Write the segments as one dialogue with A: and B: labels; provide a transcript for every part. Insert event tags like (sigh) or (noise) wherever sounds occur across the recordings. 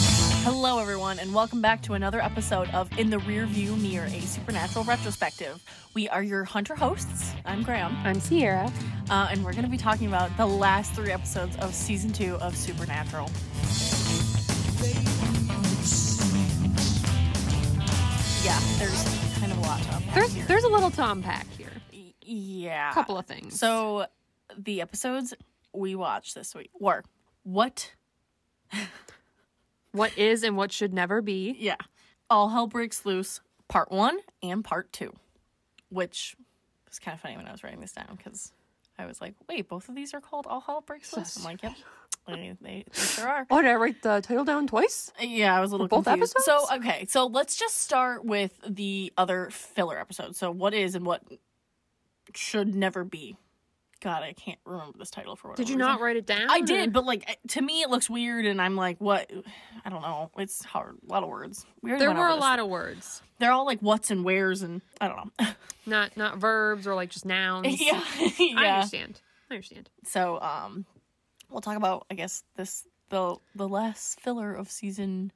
A: Hello, everyone, and welcome back to another episode of In the Rearview Mirror, a supernatural retrospective. We are your hunter hosts. I'm Graham,
B: I'm Sierra.
A: uh, and we're going to be talking about the last three episodes of season two of Supernatural. Yeah, there's kind of a lot to unpack
B: There's
A: here.
B: there's a little Tom pack here.
A: Y- yeah,
B: A couple of things.
A: So the episodes we watched this week were what?
B: what is and what should never be?
A: Yeah, all hell breaks loose, part one and part two, which was kind of funny when I was writing this down because I was like, wait, both of these are called all hell breaks loose. I'm like,
B: (laughs)
A: yep, they, they sure are.
B: Oh, did I write the title down twice?
A: Yeah, I was a little
B: both
A: confused. So
B: episodes?
A: okay, so let's just start with the other filler episode. So what is and what should never be. God, I can't remember this title for whatever
B: Did you
A: reason.
B: not write it down?
A: I did, but like I- to me, it looks weird, and I'm like, what? (sighs) I don't know. It's hard. A lot of words. We already
B: There
A: went
B: were
A: over
B: a
A: this.
B: lot of words,
A: They're all like what's and where's, and I don't (laughs) know.
B: not not verbs or like just
A: (laughs)
B: nouns.
A: yeah,
B: I
A: yeah.
B: understand. I understand.
A: So, um, we'll talk about I guess this the the last filler of season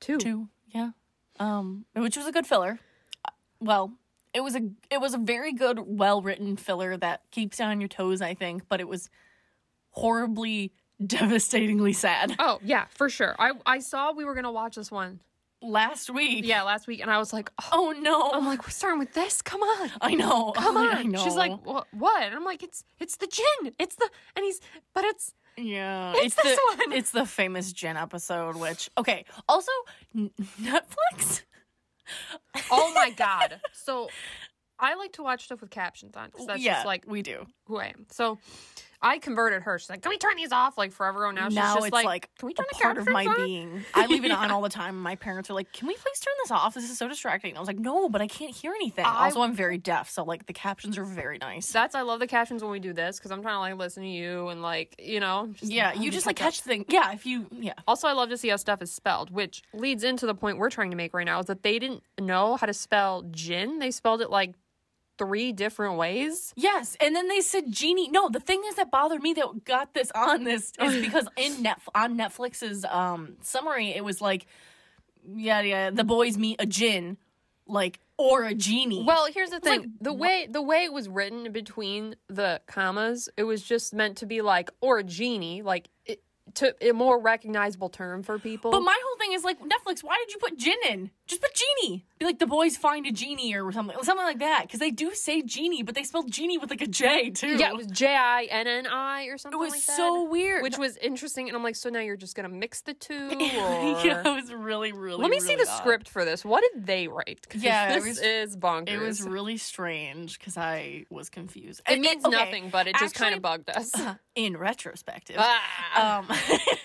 B: Two.
A: two. Yeah, um, which was a good filler. Uh, Well, it was a it was a very good, well written filler that keeps you on your toes. I think, but it was horribly, devastatingly sad.
B: Oh yeah, for sure. I I saw we were gonna watch this one.
A: Last week,
B: Yeah, last week, and I was like, oh,
A: Oh no!
B: I'm like, we're starting with this. Come on. Oh,
A: I know. (laughs)
B: Come
A: I
B: on.
A: know.
B: She's like, "Wha- what? And I'm like, it's it's the gin. It's the and he's but it's
A: yeah,
B: It's this
A: the,
B: one.
A: It's the famous Jen episode, which okay. Also, N- Netflix.
B: oh my god. So I like to watch stuff with captions on because that's
A: yeah,
B: just like
A: we do.
B: who I am. So I converted her. She's like, "Can we turn these off?" Like forever ago now. She's
A: now
B: just
A: it's
B: like,
A: like,
B: "Can we
A: a
B: turn the
A: part of my
B: captions on?"
A: being. I leave it
B: (laughs)
A: on
B: Yeah.
A: all the time. My parents are like, "Can we please turn this off? This is so distracting." I was like, "No, but I can't hear anything."
B: I-
A: also, I'm very deaf, so like the captions are very nice.
B: That's I love the captions when we do this because I'm trying to like listen to you and like you know. just like,
A: yeah,
B: "Oh,
A: you
B: we
A: just
B: got
A: like
B: that."
A: catch things. Yeah, if you yeah.
B: Also, I love to see how stuff is spelled, which leads into the point we're trying to make right now is that they didn't know how to spell gin. They spelled it like three different ways.
A: Yes, and then they said genie. No, the thing is that bothered me that got this on this
B: (sighs)
A: is because in net on Netflix's um summary, it was like, yeah, yeah, the boys meet a gin, like or a genie.
B: Well, here's the
A: like,
B: thing: the
A: wha-
B: way the way it was written between the commas, it was just meant to be like or a genie, like it, to a more recognizable term for people.
A: but my whole thing is like Netflix. Why did you put gin in? Just put genie. Be like the boys find a genie or something, something like that. Because they do say genie, but they spelled genie with like a J too.
B: yeah, it was J I N N I or
A: it
B: something.
A: was
B: like that,
A: so weird.
B: which was interesting, and I'm like, so now you're just gonna mix the two?
A: (laughs) yeah,
B: or-
A: it was really really.
B: Let me see
A: really
B: the
A: odd.
B: script for this. What did they write? 'Cause
A: Yeah, it
B: this
A: was-
B: is bonkers.
A: It was really strange because I was confused.
B: It means nothing, but it just kind
A: actually-
B: of bugged
A: (laughs)
B: us. (laughs)
A: in retrospective.
B: Ah,
A: Um,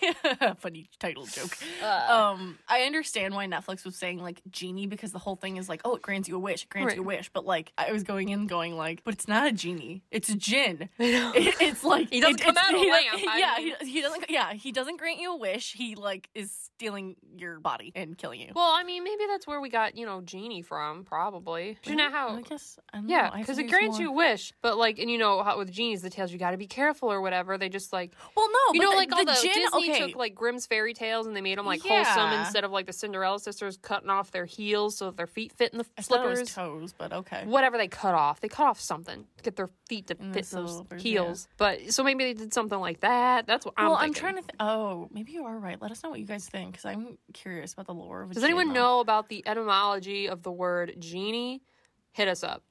A: (laughs) funny title joke.
B: (laughs) ah.
A: Um, I understand why Netflix was saying like genie because the whole thing is like, oh, it grants you a wish, it grants you a wish. But like, I was going in going like, but it's not a genie, it's a
B: (laughs)
A: gin. It- it's like
B: He doesn't
A: it-
B: come
A: it's-
B: out of
A: he
B: a
A: doesn't- (laughs)
B: lamp, I
A: Yeah,
B: mean.
A: he, he doesn't. Yeah, he doesn't grant you a wish. He like is stealing your body and killing you.
B: well, I mean, maybe that's where we got you know genie from, probably. You know how?
A: I guess. I don't
B: Yeah,
A: know. Oh I
B: because it
A: figured
B: grants
A: more-
B: you wish, but like, and you know how with genies, the tales you got to be careful or whatever. They just like
A: Well, no,
B: you
A: Oh, but
B: know,
A: the-
B: like all the,
A: gin.
B: Disney
A: okay,
B: took like Grimm's fairy tales and they made them like
A: Yeah.
B: wholesome instead of like the Cinderella sisters cutting off their heels so that their feet fit in the
A: I thought it was
B: slippers.
A: toes, but okay.
B: whatever they cut off. They cut off something to get their feet to
A: And
B: fit
A: the
B: those
A: slippers, Mm, yeah.
B: heels. But so maybe they did something like that. That's what I'm.
A: well, I'm
B: thinking.
A: trying to. Th- oh, maybe you are right. Let us know what you guys think because I'm curious about the lore of. A
B: Does anyone
A: GMO.
B: know about the etymology of the word genie? Hit us up.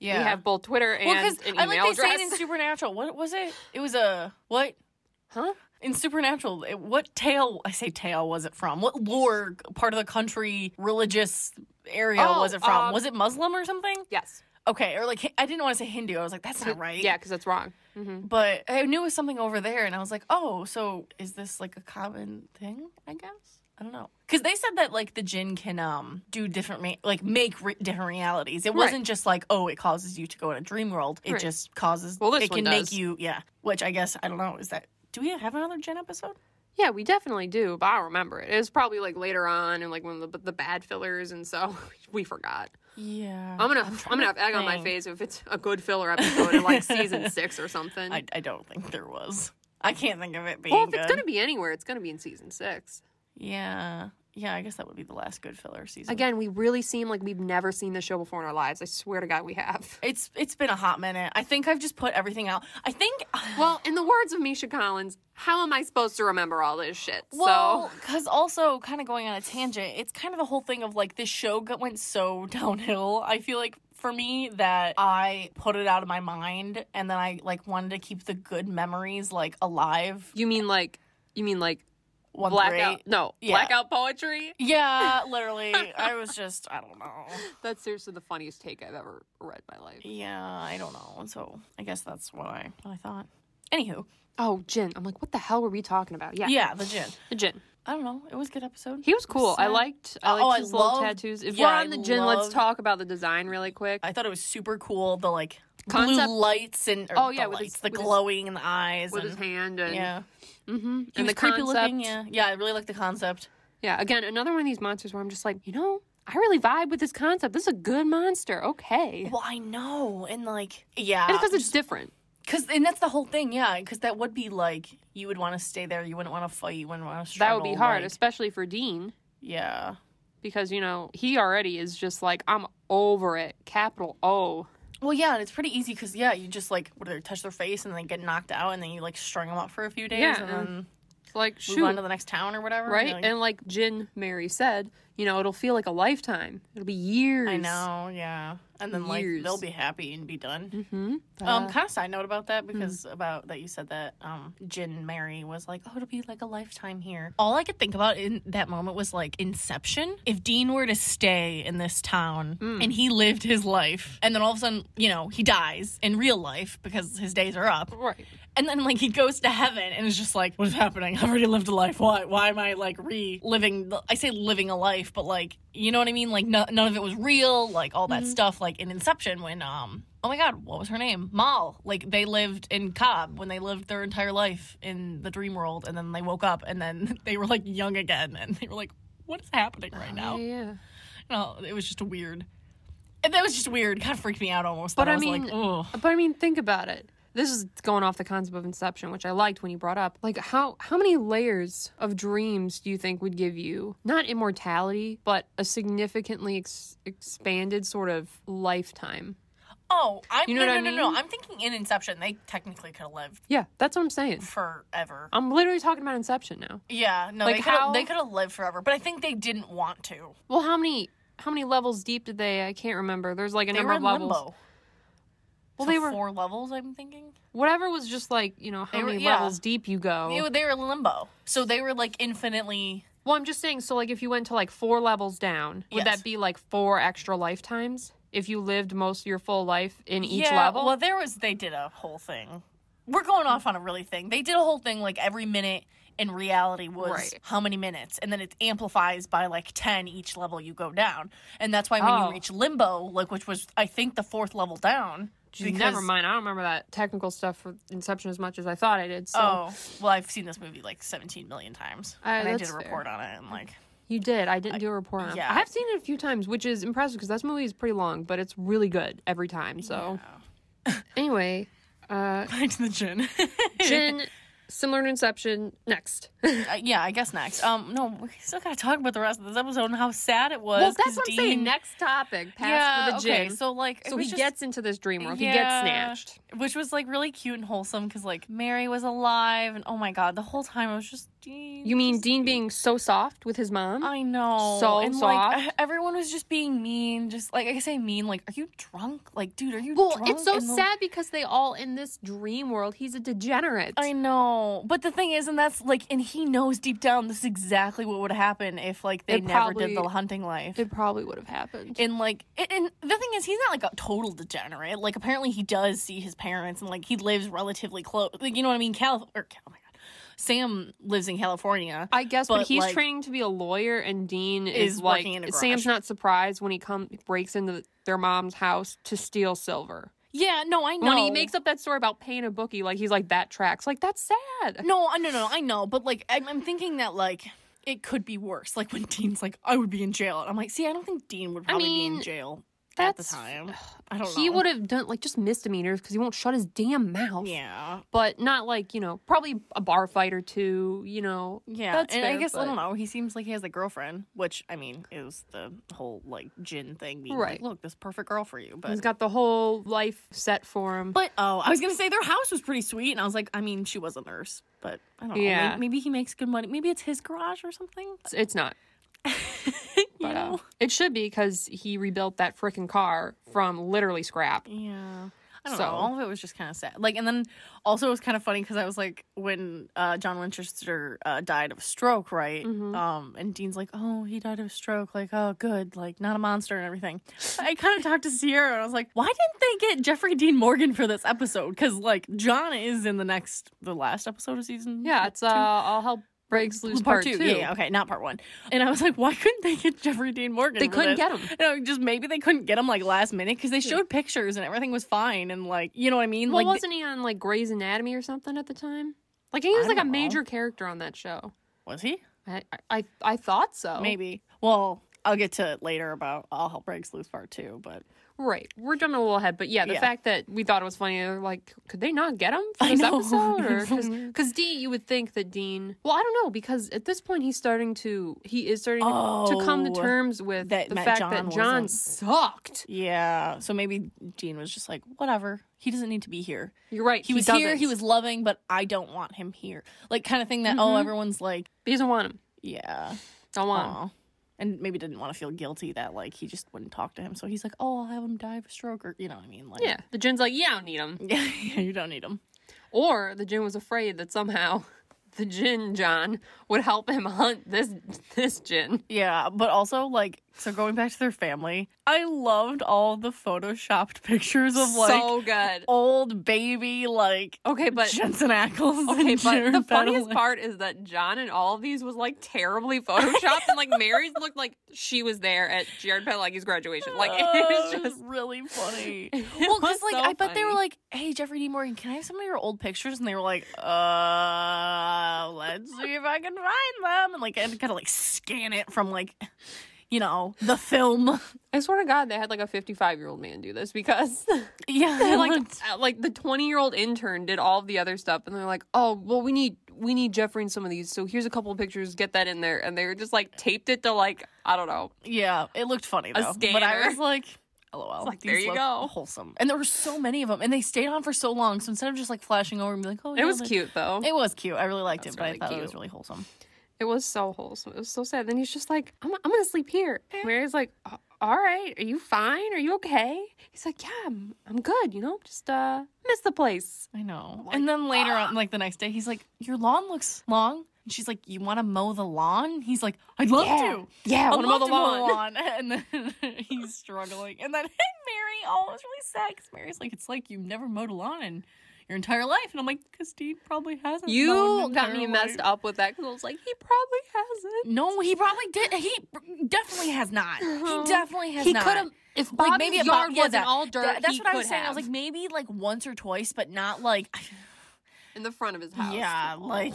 A: Yeah.
B: We have both Twitter and
A: well, because
B: an email
A: I like they say it
B: address. (laughs)
A: in Supernatural. What was it? It was a what
B: huh?
A: in Supernatural? It, what tale? I say tale was it from? What lore part of the country religious area
B: Oh,
A: was it from?
B: um,
A: was it Muslim or something?
B: Yes.
A: Okay, or like Hi- I didn't want to say Hindu. I was like, that's not right.
B: Yeah, because that's wrong. hmm
A: But I knew it was something over there, and I was like, oh, so is this like a common thing? I guess I don't know because they said that like the jinn can um do different re- like make re- different realities. It
B: Right.
A: wasn't just like oh, it causes you to go in a dream world. It
B: Right.
A: just causes
B: Well, this
A: it
B: one
A: can
B: does.
A: make you yeah. Which I guess I don't know is that do we have another jinn episode?
B: Yeah, we definitely do, but I don't remember it. It was probably like later on and like one of the, the bad fillers, and so (laughs) we forgot.
A: Yeah,
B: I'm gonna I'm,
A: trying
B: gonna
A: to
B: have egg on my
A: think.
B: face if it's a good filler episode in
A: (laughs)
B: like season six or something.
A: I, I don't think there was. I can't think of it being
B: Well, if
A: good.
B: it's gonna be anywhere, it's gonna be in season six.
A: Yeah. Yeah, I guess that would be the last good filler season.
B: Again, we really seem like we've never seen this show before in our lives. I swear to God, we have.
A: It's it's been a hot minute. I think I've just put everything out. I think
B: Well, in the words of Misha Collins, how am I supposed to remember all this shit?
A: well, because also kind of going on a tangent, it's kind of the whole thing of like this show got, went so (laughs) downhill. I feel like for me that I put it out of my mind, and then I like wanted to keep the good memories like alive.
B: so you mean like you mean like
A: One through
B: blackout?
A: eight.
B: No,
A: Yeah.
B: blackout poetry. (laughs)
A: Yeah, literally. I was just I don't know.
B: That's seriously the funniest take I've ever read in my life.
A: Yeah, I don't know. So I guess that's what I what I thought. Anywho,
B: Oh, Jin. I'm like, what the hell were we talking about? Yeah,
A: yeah, the gin.
B: the Jin.
A: I don't know. It was a good episode.
B: He was cool. I
A: sad.
B: liked. I
A: Uh,
B: liked
A: oh, I
B: his little
A: loved-
B: tattoos. If
A: yeah,
B: we're on
A: I
B: the Jin, let's
A: loved-
B: talk about the design really quick.
A: I thought it was super cool. The like
B: Concept-
A: blue lights and or
B: Oh, yeah,
A: the,
B: with his-
A: lights, the
B: with his-
A: glowing in the eyes
B: with
A: and
B: his hand and
A: yeah,
B: hmm
A: he
B: and
A: was
B: the
A: creepy
B: concept.
A: looking. Yeah, yeah, I really like the concept.
B: Yeah, again, another one of these monsters where I'm just like, you know, I really vibe with this concept. This is a good monster. Okay.
A: Well, I know, and like yeah,
B: And because it's different.
A: because and that's the whole thing. Yeah, because that would be like you would want to stay there. You wouldn't want to fight. You wouldn't want to.
B: That would be hard,
A: Like,
B: especially for Dean,
A: yeah.
B: because, you know, he already is just like, I'm over it. Capital O.
A: Well, yeah, and it's pretty easy because yeah, you just like what do they touch their face and they get knocked out, and then you like string them up for a few days,
B: Yeah,
A: and
B: and
A: then
B: It's like,
A: move on to
B: shoot.
A: the next town or whatever.
B: Right?
A: Like,
B: And like Jin Mary said, you know, it'll feel like a lifetime. It'll be years.
A: I know, yeah, and then like
B: Years.
A: they'll be happy and be done.
B: hmm
A: Um, kind of side note about that because about that you said that um, Jin Mary was like, "Oh, it'll be like a lifetime here." All I could think about in that moment was like Inception. If Dean were to stay in this town and he lived his life, and then all of a sudden, you know, he dies in real life because his days are up,
B: right.
A: and then like he goes to heaven and it's just like, "What is happening? I've already lived a life. Why? Why am I like reliving? The- I say living a life, but like, you know what I mean? Like, no- none of it was real. Like all
B: Mm-hmm.
A: that stuff. Like in Inception, when um, oh my God, what was her name? Mal. Like they lived in Cobb when they lived their entire life in the dream world, and then they woke up and then (laughs) they were like young again, and they were like, "What is happening right
B: Yeah,
A: now?"
B: yeah.
A: No, it was just a weird. That was just weird. Kind of freaked me out almost.
B: But
A: that
B: I
A: I was
B: mean,
A: like, oh.
B: But I mean, think about it. This is going off the concept of inception, which I liked when you brought up. Like, how how many layers of dreams do you think would give you not immortality, but a significantly ex- expanded sort of lifetime?
A: Oh, I'm
B: You know
A: no,
B: what I
A: no, no,
B: mean?
A: no. I'm thinking in Inception, they technically could have lived
B: Yeah, that's what I'm saying.
A: forever.
B: I'm literally talking about inception now.
A: Yeah, no,
B: Like
A: they could
B: how-
A: have they could have lived forever, but I think they didn't want to.
B: Well, how many how many levels deep did they? I can't remember. There's like a
A: They
B: number
A: were
B: of
A: in
B: levels.
A: limbo.
B: Well,
A: So
B: they were
A: four levels. I'm thinking
B: whatever was just like you know how
A: They were-
B: many
A: yeah.
B: levels deep you go.
A: they were, they were in limbo, so they were like infinitely.
B: Well, I'm just saying. So, like, if you went to like four levels down, would
A: Yes.
B: that be like four extra lifetimes? If you lived most of your full life in each
A: yeah,
B: level,
A: Well, there was they did a whole thing. We're going off on a really thing. They did a whole thing like every minute in reality was
B: Right.
A: how many minutes, and then it amplifies by like ten each level you go down, and that's why when
B: Oh.
A: you reach limbo, like which was I think the fourth level down.
B: Geez, never mind. I don't remember that technical stuff for Inception as much as I thought I did. So
A: Oh well, I've seen this movie like 17 million times,
B: Uh,
A: and I did
B: that's
A: a
B: fair.
A: report on it. And like,
B: you did. I didn't do a report on. it.
A: yeah.
B: I have seen it a few times, which is impressive because that movie is pretty long, but it's really good every time. So anyway, (laughs)
A: (laughs)
B: uh,
A: back to the gin.
B: Jin, similar to Inception. Next.
A: (laughs) Uh, yeah, I guess next. Um, no, we still gotta talk about the rest of this episode and how sad it was.
B: (laughs) well, that's
A: 'cause
B: what
A: Dean...
B: I'm saying. Next topic. Past
A: yeah,
B: for the Jin.
A: okay. So like, it
B: so
A: was
B: he
A: just-
B: gets into this dream world. He gets
A: Yeah.
B: snatched.
A: which was like really cute and wholesome because like Mary was alive, and oh my god, the whole time I was just Dean.
B: You mean
A: just-
B: Dean being so soft with his mom?
A: I know.
B: So
A: and
B: soft.
A: like e- everyone was just being mean. Just like I say, mean. Like, are you drunk? Like, dude, are you?
B: well,
A: drunk?
B: it's so
A: And the-
B: sad because they all in this dream world. He's a degenerate.
A: I know, but the thing is, and that's like, and he knows deep down this is exactly what would happen if like they
B: It
A: never
B: probably-
A: did the hunting life.
B: it probably would have happened.
A: and like, it, and the thing is, he's not like a total degenerate. Like, apparently, he does see his parents, and like, he lives relatively close. Like, you know what I mean? Cal, or Cal, oh my god, Sam lives in California.
B: I guess, but,
A: But,
B: he's
A: like-
B: training to be a lawyer, and Dean is,
A: Is
B: like
A: working in a garage.
B: Sam's not surprised when he comes breaks into their mom's house to steal silver.
A: yeah, no, I know.
B: When he makes up that story about paying a bookie, like he's like that tracks. Like that's sad.
A: No, I- no, no, I know, but like I'm, I'm thinking that like it could be worse. Like when Dean's like, I would be in jail. And I'm like, see, I don't think Dean would probably be
B: mean,
A: in jail. at the
B: That's-
A: time. I don't know.
B: (sighs) He would have done like just misdemeanors because he won't shut his damn mouth.
A: Yeah.
B: But not like, you know, probably a bar fight or two, you know.
A: Yeah,
B: That's
A: and I
B: fair,
A: guess I
B: but-
A: don't know. He seems like he has a girlfriend, which I mean is the whole like gin thing. Being
B: Right.
A: Like, Look, this perfect girl for you, but
B: He's got the whole life set for him.
A: but oh, I was gonna say their house was pretty sweet, and I was like, I mean, she was a nurse, but I don't know.
B: Yeah.
A: Maybe, maybe he makes good money. Maybe it's his garage or something.
B: It's-
A: (laughs)
B: it's not.
A: you
B: But uh,
A: know?
B: it should be because he rebuilt that freaking car from literally scrap.
A: Yeah. I don't
B: So-
A: know. All of it was just kind of sad. Like, and then also it was kind of funny because I was like, when uh, John Winchester uh, died of a stroke, right?
B: Mhm.
A: Um, and Dean's like, oh, he died of a stroke. Like, oh, good. Like, not a monster and everything. I kind of talked to Sierra and I was like, why didn't they get Jeffrey Dean Morgan for this episode? Because like John is in the next, the last episode of season.
B: Yeah, it's uh, all hell breaks loose
A: Part, two. Yeah, yeah, okay, not part one. And I was like, (laughs) why couldn't they get Jeffrey Dean Morgan?
B: They
A: for
B: couldn't
A: this?
B: get him.
A: No, just maybe they couldn't get him like last minute because they showed pictures and everything was fine and like you know what I mean.
B: Well,
A: like th-
B: wasn't he on like Grey's Anatomy or something at the time? Like he was
A: I
B: like a
A: don't know.
B: major character on that show.
A: was he?
B: I I, I thought so.
A: Maybe. Well, I'll get to it later about All Hell Breaks Loose Part Two, but
B: Right. We're jumping a little ahead, but yeah, the
A: Yeah.
B: fact that we thought it was funny, they're like, could they not get him for
A: I
B: this
A: know. (laughs)
B: episode? Because Dean, you would think that Dean. Well, I don't know because at this point he's starting to he is starting to, to come to
A: Oh,
B: terms with
A: that
B: the
A: Matt
B: fact
A: John
B: that John
A: wasn't-
B: sucked.
A: yeah. So maybe Dean was just like, whatever. He doesn't need to be here.
B: You're right.
A: He, was here. He
B: doesn't.
A: was loving, but I don't want him here. Like kind of thing that oh,
B: Mhm.
A: everyone's like,
B: He doesn't want him.
A: yeah,
B: Don't want him.
A: aw. And maybe didn't want to feel guilty that like he just wouldn't talk to him. So he's like, oh, I'll have him die of a stroke or you know what I mean? Like
B: Yeah. The Jin's like, yeah, I don't need him.
A: (laughs) yeah, you don't need him.
B: Or the Jin was afraid that somehow (laughs) the Jin John would help him (laughs) hunt this this Jin.
A: Yeah, but also like so going back to their family, I loved all the photoshopped pictures of like
B: so good.
A: old baby like
B: Okay, but
A: Jensen Ackles.
B: Okay,
A: and
B: but
A: Jared
B: the funniest
A: Padalecki.
B: part is that John and all of these was like terribly (laughs) photoshopped, and like Mary's looked like she was there at Jared Padalecki's graduation. Like
A: (laughs)
B: it
A: Oh,
B: was
A: it was
B: just
A: really funny.
B: well,
A: Well, because like I bet they were like, "Hey, Jeffrey D. Morgan, can I have some of your old pictures?" And they were like, "Uh, let's see if I can find them." And like I had to kind of like scan it from like, you know, the
B: (laughs)
A: film.
B: I swear to God, they had like a fifty-five-year-old man do this because (laughs)
A: Yeah,
B: they're,
A: (laughs)
B: like
A: like
B: uh, like the twenty-year-old intern did all of the other stuff, and they're like, oh well, we need we need Jeffrey in some of these, so here's a couple of pictures, get that in there, and they were just like taped it to like I don't know.
A: Yeah, it looked funny though. But
B: scanner.
A: I was like, LOL.
B: like,
A: these
B: there you
A: look
B: go.
A: Wholesome. And there were so many of them, and they stayed on for so long. So instead of just like flashing over and be like, oh,
B: It
A: yeah,
B: was
A: like-
B: cute though.
A: It was cute. I really liked
B: That's
A: it, but
B: really
A: I thought it
B: cute.
A: was really wholesome.
B: It was so wholesome. It was so sad. Then he's just like, I'm, I'm going to sleep here. Mary's like, "A- all right, are you fine? Are you okay? He's like, yeah, I'm, I'm good, you know, just uh, miss the place.
A: I know.
B: Like, "Ah!"
A: and then later on, like the next day, he's like, your lawn looks long. And she's like, you want to mow the lawn? He's like, I'd love
B: yeah,
A: to.
B: Yeah,
A: I'd
B: I want to mow
A: love
B: the (laughs) lawn.
A: lawn. (laughs) And then (laughs) he's struggling. And then (laughs) Mary, oh, it was really sad because Mary's like, it's like you never mowed a lawn in your entire life. And I'm like, because Dean probably hasn't. mown
B: You
A: an
B: got me
A: entire life."
B: messed up with that because I was like, he probably hasn't.
A: No, he probably did. He definitely has not.
B: Oh.
A: He definitely has
B: he
A: not.
B: could have, if Bobby's maybe
A: a
B: yard
A: bo- yeah,
B: wasn't
A: that-
B: all dirt,
A: that- that's
B: he
A: what I
B: could
A: was saying.
B: have.
A: I was like, maybe like once or twice, but not like.
B: in the front of his house.
A: Yeah, like-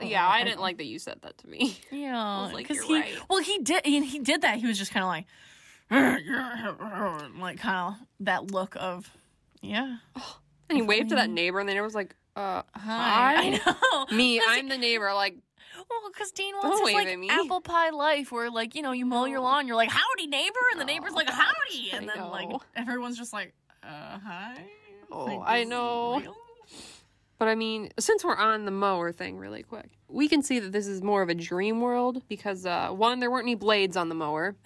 B: Oh. Yeah, I didn't like that you said that to me. (laughs)
A: Yeah,
B: was like,
A: because
B: "You're
A: he
B: right."
A: well he did and he did that. He was just kind of like, (laughs) like kind of that look of, yeah.
B: And he waved to that neighbor, and the neighbor was like, uh,
A: Hi.
B: (laughs)
A: (laughs) I know.
B: Me,
A: Listen-
B: I'm the neighbor. Like,
A: Well, because Dean
B: Don't
A: wants his
B: wave
A: like
B: at me.
A: apple pie life, where like you know you mow your
B: No.
A: lawn, you're like howdy neighbor, and the neighbor's like
B: No.
A: howdy, and
B: I
A: then like
B: know.
A: everyone's just like, uh, hi.
B: Oh,
A: Like,
B: I
A: this is
B: know.
A: real? (laughs)
B: but I mean, since we're on the mower thing, really quick, we can see that this is more of a dream world because uh, one, there weren't any blades on the mower.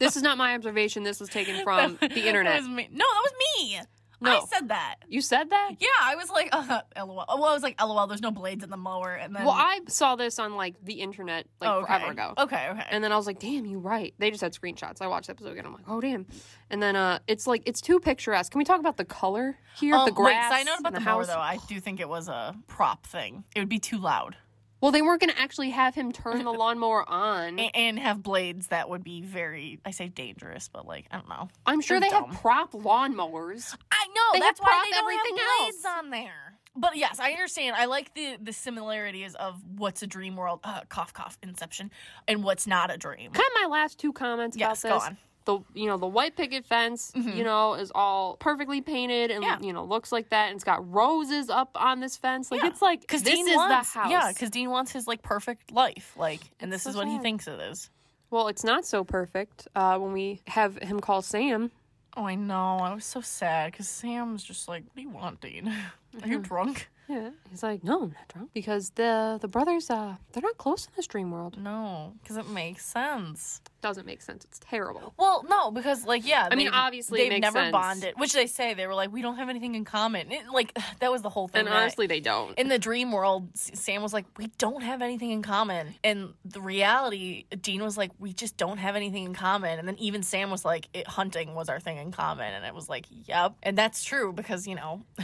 B: This is not my observation. This was taken (laughs)
A: (laughs)
B: from
A: That-
B: the internet.
A: That was me. No, that was me.
B: No.
A: I said that.
B: You said that.
A: Yeah, I was like, (laughs) uh, lol. Well, I was like, lol. There's no blades in the mower, and then
B: Well, I saw this on like the internet like
A: Oh, okay.
B: forever ago.
A: Okay, okay.
B: And then I was like, damn, you're right. They just had screenshots. I watched the episode again. I'm like, oh, damn. And then uh, it's like, it's too picturesque. Can we talk about the color here?
A: Um,
B: the grass.
A: Wait, side note
B: and
A: about the,
B: the
A: mower
B: house.
A: though.
B: (sighs)
A: I do think it was a prop thing. It would be too loud
B: Well, they weren't going to actually have
A: (laughs)
B: him turn the lawnmower on.
A: A- and have blades that would be very. I say dangerous, but like I don't know.
B: I'm sure they
A: they're
B: have
A: dumb.
B: prop lawnmowers.
A: I know
B: They
A: that's
B: have
A: why they
B: prop
A: don't
B: everything
A: have blades
B: else.
A: on there. But yes, I understand. I like the the similarities of what's a dream world, uh, cough cough, Inception, and what's not a dream.
B: Kind of my last two comments
A: Yes,
B: about
A: go
B: this.
A: on. Mm-hmm.
B: the you know the white picket fence you know is all perfectly painted and
A: Yeah.
B: you know looks like that and it's got roses up on this fence like
A: Yeah.
B: it's like this
A: Because Dean
B: is
A: wants,
B: the house
A: yeah, because Dean wants his like perfect life, like, and
B: It's
A: this
B: so
A: is what he
B: sad.
A: thinks it is.
B: well it's not so perfect uh, when we have him call Sam
A: Oh, I know. I was so sad because Sam's just like, "What do you want, Dean? (laughs) Are you drunk?"
B: yeah he's like no I'm not drunk because the the brothers uh they're not close in this dream world
A: No, because it makes sense.
B: doesn't make sense it's terrible
A: Well, no, because like, yeah,
B: I mean,
A: they've-
B: obviously it
A: they've
B: makes
A: never
B: sense.
A: bonded, which they say they were like, "We don't have anything in common." It- like (sighs) that was the whole thing.
B: and
A: that-
B: honestly they don't
A: in the dream world, S- Sam was like, "We don't have anything in common," and the reality, Dean was like, "We just don't have anything in common." And then even Sam was like, it, "Hunting was our thing in common," and it was like, "Yep," and that's true because you know (laughs)